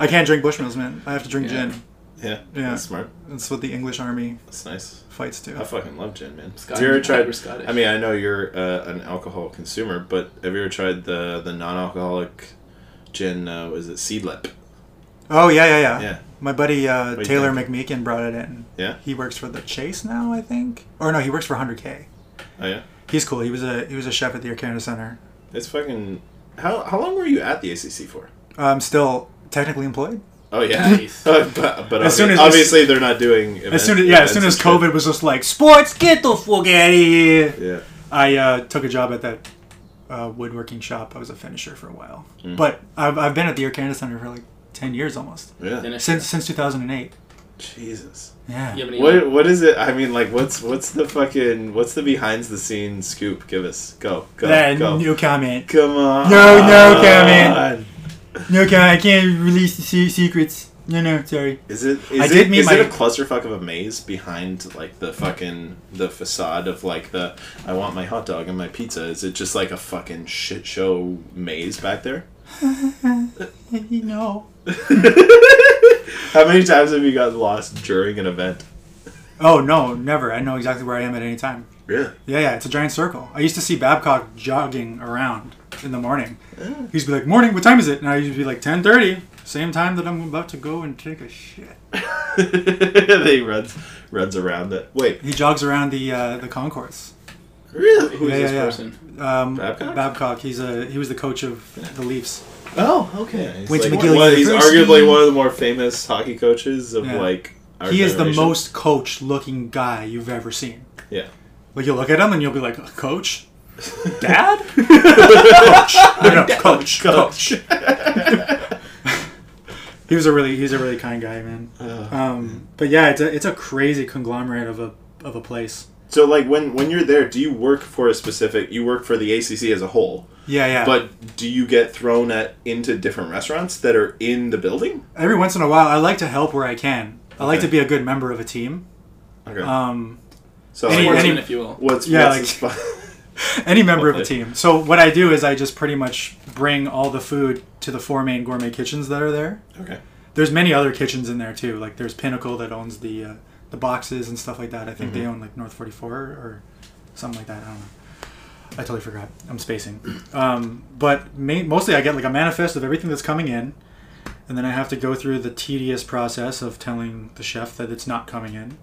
Speaker 6: I can't drink Bushmills, man. I have to drink
Speaker 7: Yeah.
Speaker 6: gin.
Speaker 5: Yeah,
Speaker 6: Yeah.
Speaker 5: that's smart.
Speaker 6: That's what the English army
Speaker 5: That's nice.
Speaker 6: fights to.
Speaker 5: I fucking love gin, man. Have
Speaker 7: Scottish.
Speaker 5: you ever
Speaker 7: We're
Speaker 5: tried?
Speaker 7: Scottish.
Speaker 5: I mean, I know you're uh, an alcohol consumer, but have you ever tried the the non-alcoholic gin? Uh, was it Seedlip?
Speaker 6: Oh yeah, yeah, yeah.
Speaker 5: Yeah.
Speaker 6: My buddy uh,
Speaker 5: do you
Speaker 6: Taylor
Speaker 5: think?
Speaker 6: McMeekin brought it in.
Speaker 5: Yeah.
Speaker 6: He works for the Chase now, I think. Or no, he works for 100K.
Speaker 5: Oh yeah,
Speaker 6: He's cool. He was a he was a chef at the Arcana Center.
Speaker 5: it's fucking. How how long were you at the ACC for?
Speaker 6: I'm still technically employed.
Speaker 5: Oh yeah,
Speaker 7: Nice.
Speaker 5: but, but
Speaker 6: As soon
Speaker 5: obvi-
Speaker 6: as-
Speaker 5: obviously they're not doing.
Speaker 6: As
Speaker 5: event-
Speaker 6: soon as yeah, as
Speaker 5: events
Speaker 6: soon
Speaker 5: and
Speaker 6: as
Speaker 5: shit.
Speaker 6: COVID was just like sports, get the fuck out of here.
Speaker 5: Yeah.
Speaker 6: I uh, took a job at that uh, woodworking shop. I was a finisher for a while, but I've, I've been at the Arcana Center for like ten years almost
Speaker 5: Yeah.
Speaker 7: Finish
Speaker 6: since since 2008.
Speaker 5: Jesus.
Speaker 6: Yeah.
Speaker 7: You have any-
Speaker 5: What what is it? I mean, like, what's what's the fucking what's the behind the scenes scoop? Give us go go
Speaker 6: Then
Speaker 5: go.
Speaker 6: no comment.
Speaker 5: Come on.
Speaker 6: No, no comment. No comment. I can't release the se- secrets. No, no, sorry.
Speaker 5: Is it? Is
Speaker 6: I
Speaker 5: it,
Speaker 6: did meet
Speaker 5: is
Speaker 6: my-
Speaker 5: it a clusterfuck of a maze behind like the fucking the facade of like the I want my hot dog and my pizza? Is it just like a fucking shit show maze back there?
Speaker 6: No.
Speaker 5: How many times have you gotten lost during an event?
Speaker 6: Oh no, never. I know exactly where I am at any time.
Speaker 5: Really?
Speaker 6: Yeah, yeah, it's a giant circle. I used to see Babcock jogging around in the morning. He'd be like, "Morning, what time is it?" And I used to be like, "10:30." Same time that I'm about to go and take a shit.
Speaker 5: they runs runs around it. Wait,
Speaker 6: He jogs around the uh, the concourse.
Speaker 5: really? Who's
Speaker 6: Yeah,
Speaker 5: this
Speaker 6: yeah, yeah.
Speaker 7: person?
Speaker 6: Um,
Speaker 5: Babcock?
Speaker 6: He's a he was the coach of the Leafs.
Speaker 5: Oh, okay. He's,
Speaker 6: Went to
Speaker 5: like
Speaker 6: McGill
Speaker 5: one- he's
Speaker 6: University.
Speaker 5: arguably one of the more famous hockey coaches of
Speaker 6: Yeah.
Speaker 5: like. Our
Speaker 6: he is the
Speaker 5: generation.
Speaker 6: most coach looking guy you've ever seen.
Speaker 5: Yeah.
Speaker 6: Like you look at him and you'll be like, "Coach, Dad, coach, No, no, coach, coach." he was a really he was a really kind guy, man.
Speaker 5: Uh,
Speaker 6: Um, but yeah, it's a it's a crazy conglomerate of a of a place.
Speaker 5: So like when when you're there, do you work for a specific? You work for the ACC as a whole,
Speaker 6: Yeah, yeah.
Speaker 5: but do you get thrown at into different restaurants that are in the building?
Speaker 6: every once in a while, I like to help where I can. I like
Speaker 5: Okay.
Speaker 6: to be a good member of a team.
Speaker 5: Okay.
Speaker 6: Um,
Speaker 5: so like,
Speaker 6: any- any-
Speaker 7: Sportsman, if you will.
Speaker 5: what's
Speaker 6: yeah,
Speaker 5: what's
Speaker 6: like-
Speaker 5: the spot?
Speaker 6: any member of a
Speaker 5: Hopefully.
Speaker 6: team. So what I do is I just pretty much bring all the food to the four main gourmet kitchens that are there.
Speaker 5: okay.
Speaker 6: There's many other kitchens in there too. Like there's Pinnacle that owns the uh, the boxes and stuff like that. I think
Speaker 5: Mm-hmm.
Speaker 6: they own like North 44 or something like that. I don't know. I totally forgot. I'm spacing. Um, but ma- mostly I get like a manifest of everything that's coming in, and then I have to go through the tedious process of telling the chef that it's not coming in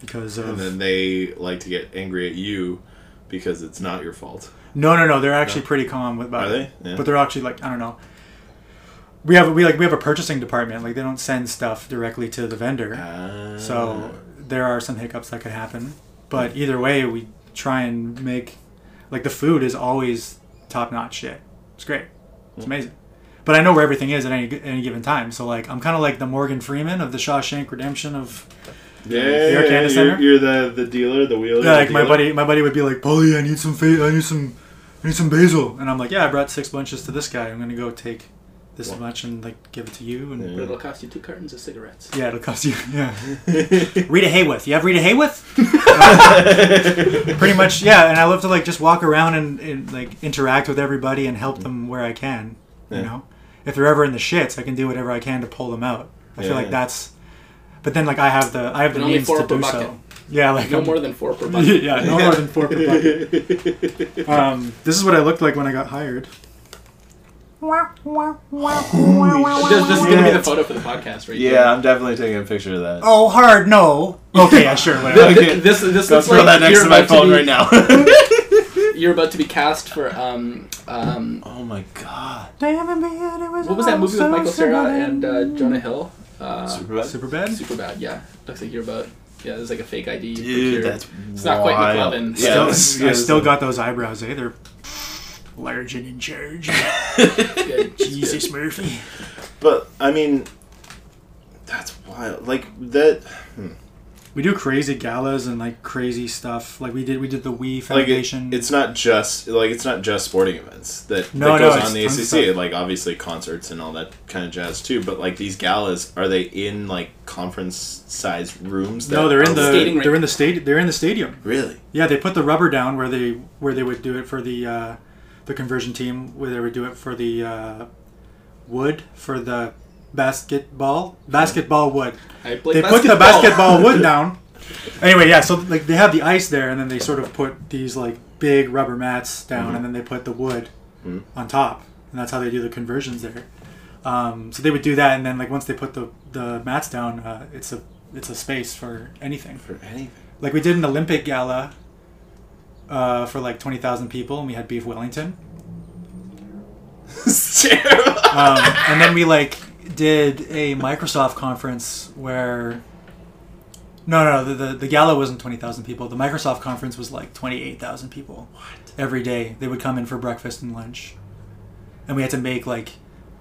Speaker 6: because of
Speaker 5: Mm-hmm. And then they like to get angry at you because it's not your fault.
Speaker 6: No, no, no. They're actually pretty calm with about
Speaker 5: Are
Speaker 6: it.
Speaker 5: they? Yeah.
Speaker 6: But they're actually like I don't know. We have we like we have a purchasing department. Like they don't send stuff directly to the vendor.
Speaker 5: Uh,
Speaker 6: so there are some hiccups that could happen. But either way, we try and make like the food is always top notch shit. It's great. It's amazing. But I know where everything is at any, any given time. So like I'm kind of like the Morgan Freeman of the Shawshank Redemption of
Speaker 5: yeah,
Speaker 6: You're a
Speaker 5: yeah,
Speaker 6: candy
Speaker 5: you're,
Speaker 6: center?
Speaker 5: you're the the dealer, the wheeler.
Speaker 6: yeah,
Speaker 5: Oh, the
Speaker 6: like my
Speaker 5: dealer.
Speaker 6: buddy, my buddy would be like, "Polly, I need some, fa- I need some, I need some basil," and I'm like, "Yeah, I brought six bunches to this guy. I'm gonna go take this much and like give it to you, and
Speaker 7: But it'll cost you two cartons of cigarettes.
Speaker 6: yeah, it'll cost you." Yeah, Rita Hayworth. You have Rita Hayworth? Pretty much, yeah. And I love to like just walk around and, and like interact with everybody and help them where I can. You know, if they're ever in the shits, I can do whatever I can to pull them out. I
Speaker 5: Yeah,
Speaker 6: feel like
Speaker 5: yeah.
Speaker 6: that's, but then like I have the I have the
Speaker 7: And only
Speaker 6: means
Speaker 7: four
Speaker 6: to
Speaker 7: per
Speaker 6: do
Speaker 7: bucket.
Speaker 6: so. Yeah, like
Speaker 7: No
Speaker 6: I'm-
Speaker 7: more than four per bucket.
Speaker 6: yeah, no more than four per bucket. Um, this is what I looked like when I got hired.
Speaker 7: This, this is gonna be
Speaker 6: Yeah.
Speaker 7: the photo for the podcast, right?
Speaker 5: Yeah, I'm definitely taking a picture of that.
Speaker 6: Oh, hard no. Okay, yeah, sure, whatever.
Speaker 7: Th-
Speaker 5: Okay.
Speaker 7: This this
Speaker 5: Go
Speaker 7: looks
Speaker 5: throw that
Speaker 7: like
Speaker 5: next
Speaker 7: you're
Speaker 5: to my
Speaker 7: about
Speaker 5: phone
Speaker 7: be,
Speaker 5: right now.
Speaker 7: You're about to be cast for um um
Speaker 5: oh my god.
Speaker 7: what was that movie with Michael Cera and uh, Jonah Hill? Uh,
Speaker 6: Super bad.
Speaker 7: super bad. Yeah, looks like you're about. Yeah, there's like a fake ID.
Speaker 5: Dude,
Speaker 7: procured.
Speaker 5: that's
Speaker 7: It's not quite
Speaker 5: wild.
Speaker 7: McLovin.
Speaker 5: Yeah,
Speaker 6: Still,
Speaker 5: that's-
Speaker 6: I
Speaker 5: yeah,
Speaker 6: still
Speaker 5: that's-
Speaker 6: got those eyebrows. Eh? They're large and in charge.
Speaker 7: Yeah,
Speaker 6: Jesus Murphy.
Speaker 5: But I mean, that's wild. Like that. Hmm.
Speaker 6: We do crazy galas and like crazy stuff. Like we did, we did the Wii
Speaker 5: Like it,
Speaker 6: Foundation.
Speaker 5: it's not just like it's not just sporting events that,
Speaker 6: No,
Speaker 5: that
Speaker 6: no,
Speaker 5: goes
Speaker 6: it's
Speaker 5: on the
Speaker 6: tons of
Speaker 5: ACC.
Speaker 6: stuff.
Speaker 5: Like obviously concerts and all that kind of jazz too. But like these galas, are they in like conference size rooms? That
Speaker 6: no, they're in
Speaker 5: are-
Speaker 6: the
Speaker 7: Skating rink.
Speaker 6: they're in the state they're in the stadium.
Speaker 5: really.
Speaker 6: Yeah, they put the rubber down where they where they would do it for the uh, the conversion team, where they would do it for the uh, wood for the basketball basketball wood.
Speaker 7: I play
Speaker 6: They put the basketball wood down. Anyway, yeah, so like they have the ice there, and then they sort of put these like big rubber mats down, and then they put the wood on top, and that's how they do the conversions there. Um, so they would do that, and then like once they put the the mats down, uh, it's a it's a space for anything
Speaker 5: For anything.
Speaker 6: like we did an Olympic gala uh, for like twenty thousand people, and we had beef Wellington,
Speaker 5: It's terrible.
Speaker 6: um, and then we like did a Microsoft conference where. No, no, the, the, the gala wasn't 20,000 people. The Microsoft conference was like 28,000 people. What? Every day. They would come in for breakfast and lunch. And we had to make like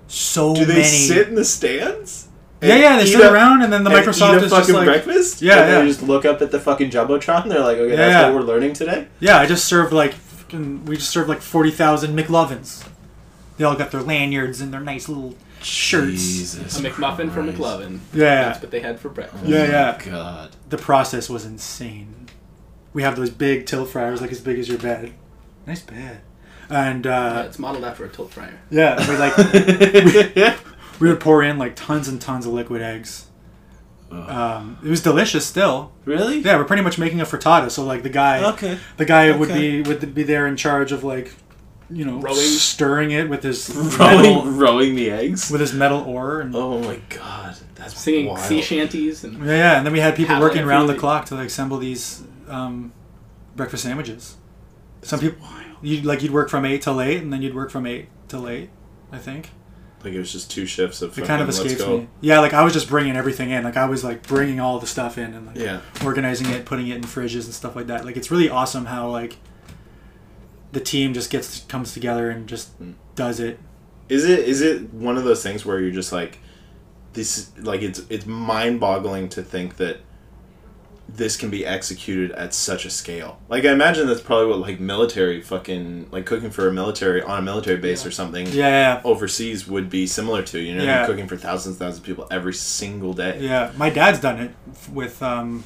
Speaker 6: so
Speaker 5: Do they
Speaker 6: many.
Speaker 5: sit in the stands?
Speaker 6: yeah,
Speaker 5: and
Speaker 6: yeah, they
Speaker 5: eat
Speaker 6: sit
Speaker 5: a-
Speaker 6: around and then the
Speaker 5: and eat
Speaker 6: Microsoft
Speaker 5: a
Speaker 6: is just
Speaker 5: fucking
Speaker 6: like.
Speaker 5: breakfast.
Speaker 6: Yeah,
Speaker 5: and
Speaker 6: yeah.
Speaker 5: They just look up at the fucking jumbotron. They're like, okay, that's
Speaker 6: Yeah.
Speaker 5: what we're learning today.
Speaker 6: Yeah, I just served like fucking- we just served like forty thousand McLovins. They all got their lanyards and their nice little shirts.
Speaker 7: A McMuffin for McLovin.
Speaker 6: Yeah,
Speaker 7: That's what they had for breakfast.
Speaker 6: yeah, yeah.
Speaker 5: God.
Speaker 6: The process was insane. We have those big tilt fryers, like as big as your bed. Nice bed. And
Speaker 7: Uh,
Speaker 6: uh,
Speaker 7: it's modeled after a tilt fryer.
Speaker 6: yeah, we like we would pour in like tons and tons of liquid eggs. Um, it was delicious still.
Speaker 5: really?
Speaker 6: Yeah, we're pretty much making a frittata. So like the guy,
Speaker 5: Okay.
Speaker 6: the guy would
Speaker 5: Okay.
Speaker 6: be would be there in charge of like, you know,
Speaker 7: Rowing.
Speaker 6: stirring it with his metal,
Speaker 5: Rowing, rowing the eggs.
Speaker 6: with his metal ore and
Speaker 5: Oh my god, that's
Speaker 7: Singing
Speaker 5: wild.
Speaker 7: sea shanties and
Speaker 6: yeah, yeah. And then we had people
Speaker 7: How
Speaker 6: working
Speaker 7: like
Speaker 6: around the
Speaker 7: really-
Speaker 6: clock to like assemble these um, breakfast sandwiches. Some people you like you'd work from eight till eight, and then you'd work from eight till eight. I think
Speaker 5: Like it was just two shifts of.
Speaker 6: it
Speaker 5: fucking
Speaker 6: kind of
Speaker 5: let's
Speaker 6: escapes
Speaker 5: go.
Speaker 6: me. Yeah, like I was just bringing everything in. Like I was like bringing all the stuff in and like
Speaker 5: Yeah.
Speaker 6: organizing it, putting it in fridges and stuff like that. Like it's really awesome how like the team just gets comes together and just
Speaker 5: Hmm.
Speaker 6: does it.
Speaker 5: Is it is it one of those things where you're just like, this like it's it's mind boggling to think that this can be executed at such a scale. Like I imagine that's probably what like military fucking like cooking for a military on a military base or something.
Speaker 6: Yeah, yeah,
Speaker 5: Oh. Overseas would be similar to you know
Speaker 6: Yeah.
Speaker 5: you're cooking for thousands thousands of people every single day.
Speaker 6: yeah. My dad's done it f- with um,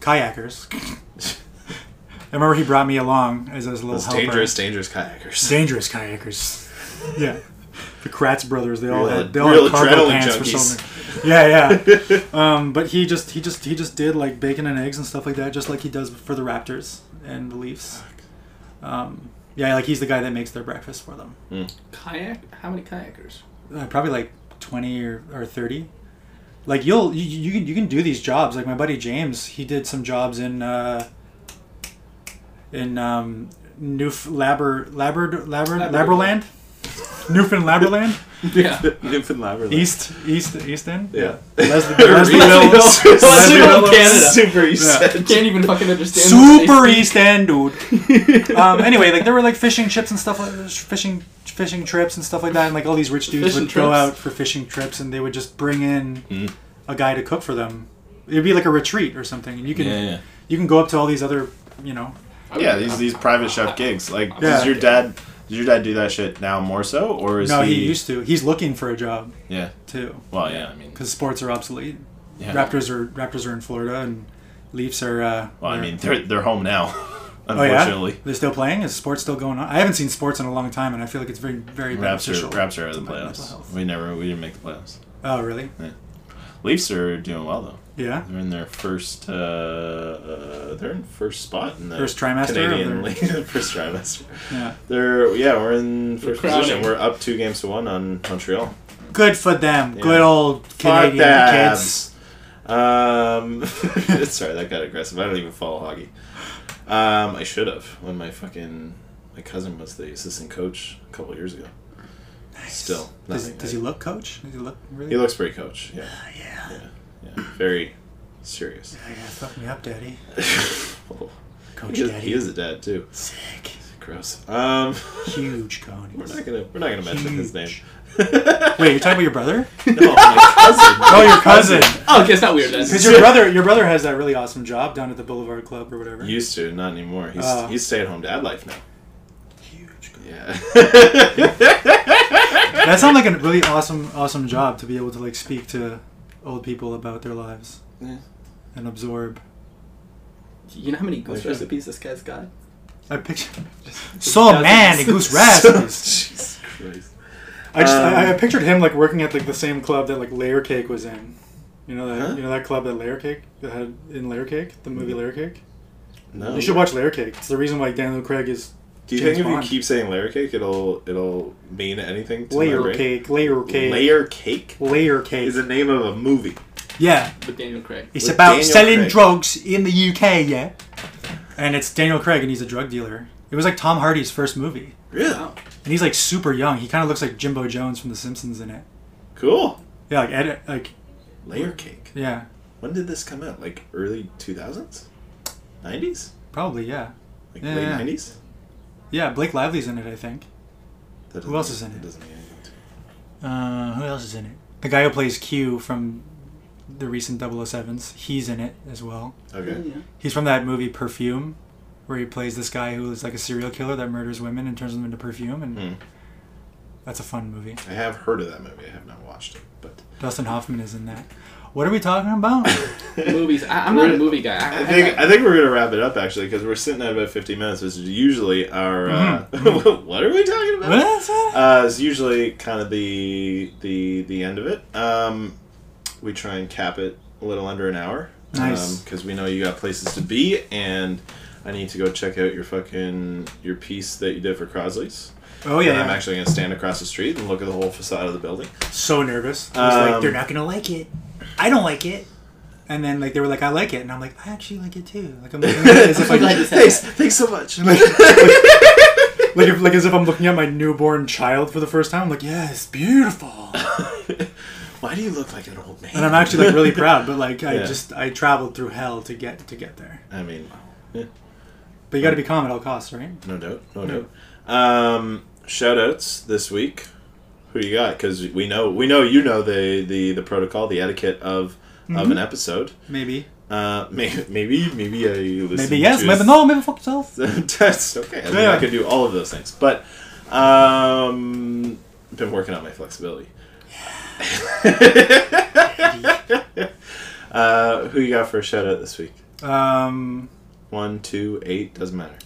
Speaker 6: kayakers. I remember he brought me along as a little
Speaker 5: Those
Speaker 6: helper.
Speaker 5: dangerous, dangerous kayakers.
Speaker 6: dangerous kayakers. Yeah, the Kratz brothers. They all
Speaker 5: Real-
Speaker 6: had they all
Speaker 5: real
Speaker 6: had cargo
Speaker 5: adrenaline
Speaker 6: pants for
Speaker 5: junkies.
Speaker 6: something. Yeah, yeah. um, but he just he just he just did like bacon and eggs and stuff like that, just like he does for the Raptors and the Leafs. Um, yeah, like he's the guy that makes their breakfast for them.
Speaker 7: kayak. How many kayakers?
Speaker 6: Uh, probably like twenty or, or thirty. Like you'll you, you can you can do these jobs. Like my buddy James, he did some jobs in uh, in um, Newf Labber Labber Labber Labberland, Newfoundland Labberland.
Speaker 7: Yeah.
Speaker 5: Newfoundland.
Speaker 6: East, east, east end.
Speaker 5: Yeah.
Speaker 6: Leslie, Leslie Hill.
Speaker 7: Leslie Canada.
Speaker 5: Super East
Speaker 6: Yeah.
Speaker 5: End.
Speaker 7: Can't even fucking understand. what
Speaker 6: Super
Speaker 7: they
Speaker 6: east end, dude. um, anyway, like there were like fishing chips and stuff, like fishing, fishing trips and stuff like that, and like all these rich dudes
Speaker 7: Fishing
Speaker 6: would go
Speaker 7: trips.
Speaker 6: out for fishing trips, and they would just bring in
Speaker 5: Mm.
Speaker 6: a guy to cook for them. It'd be like a retreat or something, and you can
Speaker 5: Yeah, yeah.
Speaker 6: you can go up to all these other, you know,
Speaker 5: Yeah, these these private chef gigs. Like,
Speaker 6: Yeah.
Speaker 5: does your dad does your dad do that shit now more so, or is
Speaker 6: no,
Speaker 5: he,
Speaker 6: he, used to. He's looking for a job
Speaker 5: Yeah.
Speaker 6: too,
Speaker 5: Well, yeah. I mean,
Speaker 6: because sports are obsolete.
Speaker 5: yeah.
Speaker 6: Raptors are Raptors are in Florida, and Leafs are. Uh,
Speaker 5: Well, I
Speaker 6: are-
Speaker 5: mean, they're they're home now.
Speaker 6: Oh
Speaker 5: Unfortunately,
Speaker 6: yeah, they're still playing. Is sports still going on? I haven't seen sports in a long time, and I feel like it's very, very
Speaker 5: Raps are
Speaker 6: beneficial.
Speaker 5: Raps are out of the
Speaker 6: my mental
Speaker 5: playoffs.
Speaker 6: health.
Speaker 5: We never we didn't make the playoffs.
Speaker 6: Oh really?
Speaker 5: Leafs are doing well though.
Speaker 6: Yeah.
Speaker 5: They're in their first uh, uh they're in first spot in the
Speaker 6: First trimester or
Speaker 5: Canadian
Speaker 6: they're-
Speaker 5: league. first trimester.
Speaker 6: Yeah.
Speaker 5: They're yeah we're in first
Speaker 7: crowning.
Speaker 5: position. We're up two games to one on Montreal.
Speaker 6: Good for them.
Speaker 5: Yeah.
Speaker 6: Good old Canadian
Speaker 5: Fuck that.
Speaker 6: kids.
Speaker 5: Um, sorry, that got aggressive. I don't even follow hockey. Um, I should have when my fucking my cousin was the assistant coach a couple years ago. Still,
Speaker 6: Does,
Speaker 5: nothing.
Speaker 6: does he look, coach? Does he look really?
Speaker 5: He looks pretty coach. Yeah,
Speaker 6: Ah, yeah. yeah.
Speaker 5: yeah. very serious.
Speaker 6: fuck me up, daddy.
Speaker 5: Oh,
Speaker 6: Coach
Speaker 5: he, is,
Speaker 6: daddy.
Speaker 5: he is a dad too.
Speaker 6: sick.
Speaker 5: Gross. Um,
Speaker 6: Huge Connie.
Speaker 5: we're not gonna we're not gonna mention his name.
Speaker 6: Huge. Wait, you're talking about your brother?
Speaker 5: No, my cousin.
Speaker 6: Oh, your cousin.
Speaker 7: Oh, okay, it's not weird then.
Speaker 6: Because your brother, your brother has that really awesome job down at the Boulevard Club or whatever.
Speaker 5: Used to, not anymore. He's
Speaker 6: Oh.
Speaker 5: he's stay at home dad life now.
Speaker 6: Huge. Connie.
Speaker 5: Yeah.
Speaker 6: That sounds like a really awesome, awesome job to be able to like speak to old people about their lives
Speaker 5: Yeah.
Speaker 6: and absorb.
Speaker 7: You know how many goose
Speaker 5: Okay.
Speaker 7: recipes this guy's got?
Speaker 6: I picture so man and goose raspberries.
Speaker 5: Jesus Christ.
Speaker 6: I just I, I
Speaker 5: Um,
Speaker 6: pictured him like working at like the same club that like Layer Cake was in. You know that
Speaker 5: Huh? Mm.
Speaker 6: you know that club that Layer Cake that had in Layer Cake the movie Layer Cake.
Speaker 5: No.
Speaker 6: You should watch Layer Cake. It's the reason why Daniel Craig is
Speaker 5: Do you
Speaker 6: James
Speaker 5: think if
Speaker 6: Bond.
Speaker 5: you keep saying layer cake, it'll it'll mean anything? To my
Speaker 6: Layer
Speaker 5: brain?
Speaker 6: Cake, Layer Cake,
Speaker 5: Layer cake
Speaker 6: Layer Cake.
Speaker 5: is the name of a movie.
Speaker 6: yeah,
Speaker 7: With Daniel Craig.
Speaker 6: it's
Speaker 5: With
Speaker 6: about
Speaker 5: Daniel
Speaker 6: selling
Speaker 5: Craig.
Speaker 6: drugs in the UK. Yeah, and it's Daniel Craig and he's a drug dealer. It was like Tom Hardy's first movie,
Speaker 5: Really?
Speaker 7: Wow.
Speaker 6: and he's like super young. He kind of looks like Jimbo Jones from The Simpsons in it.
Speaker 5: Cool.
Speaker 6: Yeah, like Ed, like
Speaker 5: Layer cake.
Speaker 6: yeah,
Speaker 5: When did this come out? Like early two thousands, nineties,
Speaker 6: probably yeah,
Speaker 5: like
Speaker 6: Yeah,
Speaker 5: late
Speaker 6: yeah.
Speaker 5: nineties.
Speaker 6: yeah. Blake Lively's in it, I think.
Speaker 5: Who
Speaker 6: else is in it?
Speaker 5: doesn't mean anything. to me.
Speaker 6: Uh, who else is in it? The guy who plays Q from the recent 007s, he's in it as well.
Speaker 5: Okay.
Speaker 7: Yeah.
Speaker 6: He's from that movie Perfume, where he plays this guy who is like a serial killer that murders women and turns them into perfume, and
Speaker 5: Hmm.
Speaker 6: that's a fun movie.
Speaker 5: I have heard of that movie. I have not watched it, but
Speaker 6: Dustin Hoffman is in that. What are we talking about?
Speaker 7: Movies. I, I'm not a movie guy. I,
Speaker 5: I
Speaker 7: I
Speaker 5: think
Speaker 7: got-
Speaker 5: I think we're gonna wrap it up actually because we're sitting at about fifty minutes, which is usually our. Uh, what are we talking about?
Speaker 6: Mm-hmm. what is it?
Speaker 5: uh, is usually kind of the the the end of it. Um, we try and cap it a little under an hour.
Speaker 6: Nice.
Speaker 5: Because we know you got places to be, and I need to go check out your fucking your piece that you did for Crosley's.
Speaker 6: Oh
Speaker 5: Yeah.
Speaker 6: yeah,
Speaker 5: I'm
Speaker 6: yeah.
Speaker 5: actually gonna stand across the street and look at the whole facade of the building.
Speaker 6: so nervous. I was like,
Speaker 5: Um,
Speaker 6: they're not gonna like it. I don't like it. And then like they were like, I like it, and I'm like, I actually like it too. Like I'm like, as if
Speaker 7: I'm
Speaker 6: like,
Speaker 7: glad you said
Speaker 5: Thanks,
Speaker 7: that.
Speaker 5: thanks so much.
Speaker 6: like, if, like as if I'm looking at my newborn child for the first time. I'm like, yeah, it's beautiful.
Speaker 5: Why do you look like an old man?
Speaker 6: and I'm actually like really proud. But like I
Speaker 5: Yeah.
Speaker 6: just I traveled through hell to get to get there.
Speaker 5: I mean,
Speaker 6: But you got to be calm at all costs, right?
Speaker 5: no doubt, no doubt. Um, shout outs this week. Who you got? Because we know, we know, you know the the the protocol, the etiquette of of
Speaker 6: Mm-hmm.
Speaker 5: an episode.
Speaker 6: Maybe,
Speaker 5: Uh, maybe, maybe, maybe I listen.
Speaker 6: maybe yes,
Speaker 5: to
Speaker 6: maybe
Speaker 5: a-
Speaker 6: no, maybe fuck yourself.
Speaker 5: That's okay. I, mean, I
Speaker 6: Yeah.
Speaker 5: could do all of those things, but um, been working on my flexibility. uh, who you got for a shout out this week?
Speaker 6: Um,
Speaker 5: One, two, eight doesn't matter.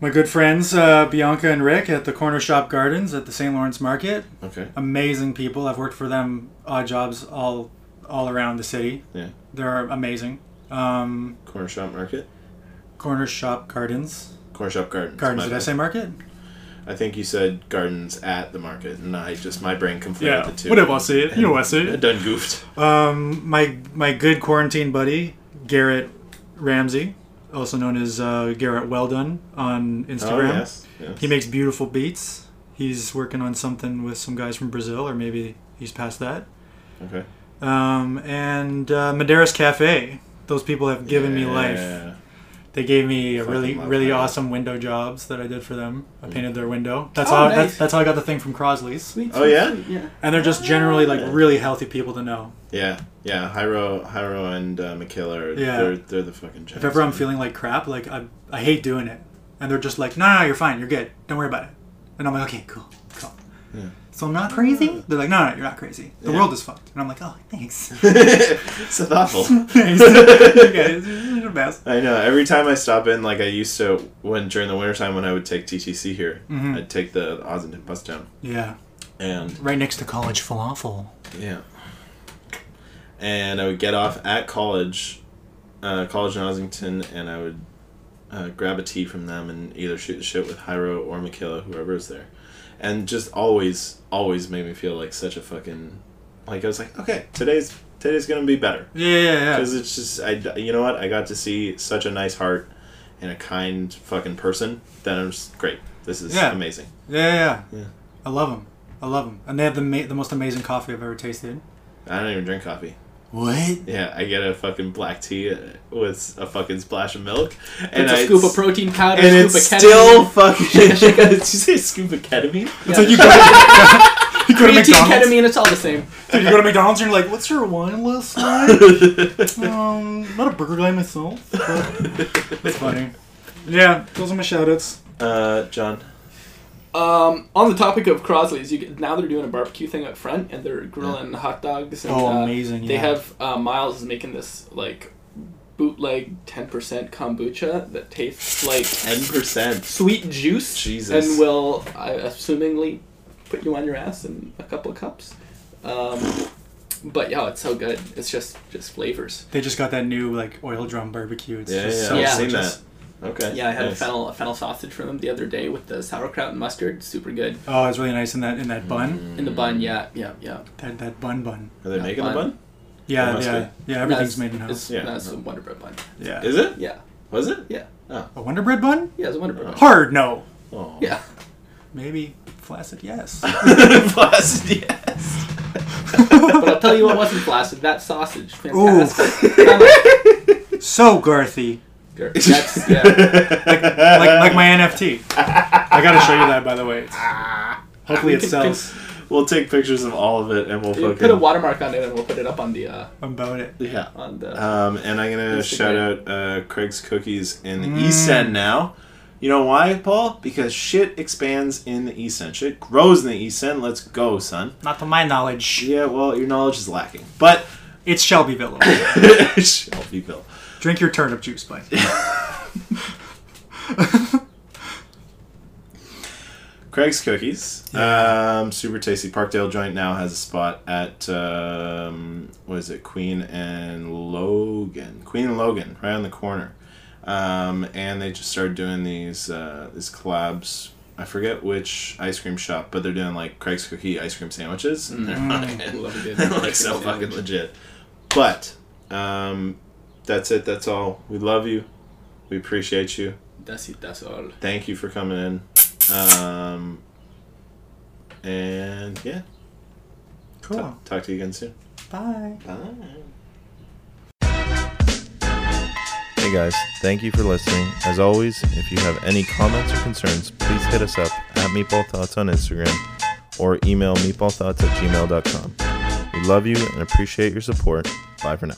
Speaker 6: my good friends uh, Bianca and Rick at the Corner Shop Gardens at the St. Lawrence Market.
Speaker 5: Okay.
Speaker 6: Um, Amazing people. I've worked for them odd jobs all all around the city.
Speaker 5: Yeah.
Speaker 6: They're amazing. Um,
Speaker 5: Corner shop market.
Speaker 6: Corner Shop Gardens.
Speaker 5: Corner shop gardens.
Speaker 6: Gardens.
Speaker 5: my
Speaker 6: Did I
Speaker 5: bad.
Speaker 6: say market?
Speaker 5: I think you said gardens at the market, and I just my brain conflated the two.
Speaker 6: Whatever I say it. You know I say
Speaker 5: I
Speaker 6: it.
Speaker 5: done goofed.
Speaker 6: Um, my my good quarantine buddy Garrett Ramsey, also known as uh, Garrett Weldon on
Speaker 5: Oh
Speaker 6: Instagram.
Speaker 5: yes. yes.
Speaker 6: He makes beautiful beats. He's working on something with some guys from Brazil, or maybe he's past that.
Speaker 5: okay.
Speaker 6: Um, and uh, Madeiras Cafe. Those people have given me life.
Speaker 5: Yeah.
Speaker 6: They gave me a
Speaker 5: Fucking
Speaker 6: really
Speaker 5: love
Speaker 6: really
Speaker 5: that. Mm.
Speaker 6: awesome window jobs that I did for them. I painted their window. That's
Speaker 7: Oh,
Speaker 6: how
Speaker 7: nice.
Speaker 6: that, that's how I got the thing from Crosley's.
Speaker 7: Sweet,
Speaker 5: Oh,
Speaker 7: sweet,
Speaker 5: yeah?
Speaker 7: sweet, yeah.
Speaker 6: And they're just generally like really healthy people to know.
Speaker 5: Yeah, yeah. Hyro, Hyro, and uh, McKill are
Speaker 6: Yeah.
Speaker 5: they're they're the fucking. Gems,
Speaker 6: If ever I'm feeling like crap, like I, I hate doing it, and they're just like, no, no, no, you're fine, you're good, don't worry about it, and I'm like, okay, cool, cool. So I'm not crazy. They're like, no, no, you're not crazy. The world is fucked, and I'm like, oh, thanks.
Speaker 5: so thoughtful.
Speaker 6: Thanks. you guys, you're the best.
Speaker 5: I know. Every time I stop in, like I used to when during the wintertime when I would take TTC here,
Speaker 6: Mm-hmm.
Speaker 5: I'd take the Ossington bus down,
Speaker 6: Yeah,
Speaker 5: and
Speaker 6: right next to college falafel.
Speaker 5: yeah, and I would get off at college, uh, college in Ossington, and I would uh, grab a tea from them and either shoot the shit with Hyro or Michaela, whoever is there, and just always, always made me feel like such a fucking, like I was like, okay, today's today's gonna be better.
Speaker 6: Yeah, yeah, yeah.
Speaker 5: because it's just I you know what I got to see such a nice heart and a kind fucking person that I'm just great. This is
Speaker 6: Yeah.
Speaker 5: amazing.
Speaker 6: yeah, yeah, yeah.
Speaker 5: Yeah.
Speaker 6: I love them. I love them, and they have the ma- the most amazing coffee I've ever tasted.
Speaker 5: I don't even drink coffee.
Speaker 6: What?
Speaker 5: Yeah, I get a fucking black tea with a fucking splash of milk, and
Speaker 7: It's a
Speaker 5: I
Speaker 7: scoop of protein powder,
Speaker 5: and
Speaker 7: scoop
Speaker 5: it's
Speaker 7: of ketamine.
Speaker 5: still fucking. Did you say scoop of ketamine?
Speaker 7: yeah,
Speaker 6: So you go to, you go to
Speaker 7: creatine,
Speaker 6: McDonald's.
Speaker 7: ketamine, it's all the same.
Speaker 6: You go to McDonald's and you're like, "What's your wine list like?" um, not a burger guy myself. But that's funny. Yeah, those are my shoutouts.
Speaker 5: Uh, John.
Speaker 7: Um, on the topic of Crosley's, you get, now they're doing a barbecue thing up front, and they're grilling hot dogs. And,
Speaker 6: Oh,
Speaker 7: uh,
Speaker 6: amazing,
Speaker 7: They
Speaker 6: yeah.
Speaker 7: have uh, Miles is making this like bootleg ten percent kombucha that tastes like
Speaker 5: Ten percent.
Speaker 7: sweet juice,
Speaker 5: Jesus.
Speaker 7: and will I, assumingly put you on your ass in a couple of cups. Um, but yeah, it's so good. It's just just flavors.
Speaker 6: They just got that new like oil drum barbecue. It's
Speaker 5: Yeah,
Speaker 6: just
Speaker 5: yeah,
Speaker 6: so
Speaker 5: I've
Speaker 7: Yeah.
Speaker 5: seen
Speaker 6: delicious.
Speaker 5: that. Okay.
Speaker 7: Yeah, I had a
Speaker 5: nice.
Speaker 7: fennel a fennel sausage from them the other day with the sauerkraut and mustard. Super good
Speaker 6: Oh, it's really nice in that in that
Speaker 5: Mm.
Speaker 6: bun.
Speaker 7: in the bun. Yeah, yeah, yeah.
Speaker 6: That that bun bun.
Speaker 5: Are they
Speaker 7: Yeah,
Speaker 5: making the
Speaker 7: fun.
Speaker 5: bun? It
Speaker 6: Yeah,
Speaker 5: must
Speaker 6: yeah, yeah. Everything's made in house.
Speaker 5: Yeah.
Speaker 7: Yeah, that's a Wonder Bread bun.
Speaker 6: Yeah.
Speaker 5: Is it?
Speaker 7: Yeah,
Speaker 5: Was it?
Speaker 7: yeah,
Speaker 6: A Wonder Bread bun?
Speaker 7: yeah. It's a Wonder Bread bun.
Speaker 6: Hard no.
Speaker 5: Oh.
Speaker 7: Yeah,
Speaker 6: Maybe flaccid yes.
Speaker 5: Plus, yes.
Speaker 7: but I'll tell you what wasn't blasted. That sausage,
Speaker 6: Ooh.
Speaker 7: fantastic. I'm like,
Speaker 6: so Garthy.
Speaker 7: That's yeah.
Speaker 6: Like like my NFT. I gotta show you that by the way. It's,
Speaker 5: Ah.
Speaker 6: hopefully it
Speaker 7: Can-
Speaker 6: sells.
Speaker 5: We'll take pictures of all of it and we'll
Speaker 7: You
Speaker 5: fucking
Speaker 7: Put a watermark on it, and we'll put it up on the uh,
Speaker 6: I'm about it.
Speaker 5: yeah.
Speaker 7: on the.
Speaker 5: Um, and I'm gonna
Speaker 7: Instagram.
Speaker 5: shout out uh, Craig's Cookies in the East End now. You know why, Paul? Because shit expands in the East End. Shit grows in the East End. Let's go, son.
Speaker 6: Not to my knowledge.
Speaker 5: Yeah, well, your knowledge is lacking, but
Speaker 6: It's Shelbyville.
Speaker 5: Shelbyville.
Speaker 6: Drink your turnip juice, bud.
Speaker 5: Craig's Cookies, um, super tasty. Parkdale joint now has a spot at um, what is it, Queen and Logan? Queen and Logan, right on the corner. Um, and they just started doing these uh, these collabs. I forget which ice cream shop, but they're doing like Craig's Cookie ice cream sandwiches, and they're fucking,
Speaker 7: love a good
Speaker 5: they're,
Speaker 7: ice
Speaker 5: like
Speaker 7: cream
Speaker 5: so fucking
Speaker 7: sandwich.
Speaker 5: legit. But um, that's it. That's all. We love you. We appreciate you
Speaker 7: that's it. That's all.
Speaker 5: thank you for coming in. Um, and yeah,
Speaker 6: Cool.
Speaker 5: talk, talk to you again soon.
Speaker 6: Bye.
Speaker 5: Hey guys, thank you for listening. As always, if you have any comments or concerns, please hit us up at Meatball Thoughts on Instagram or email meatballthoughts at gmail.com. We love you and appreciate your support. Bye for now.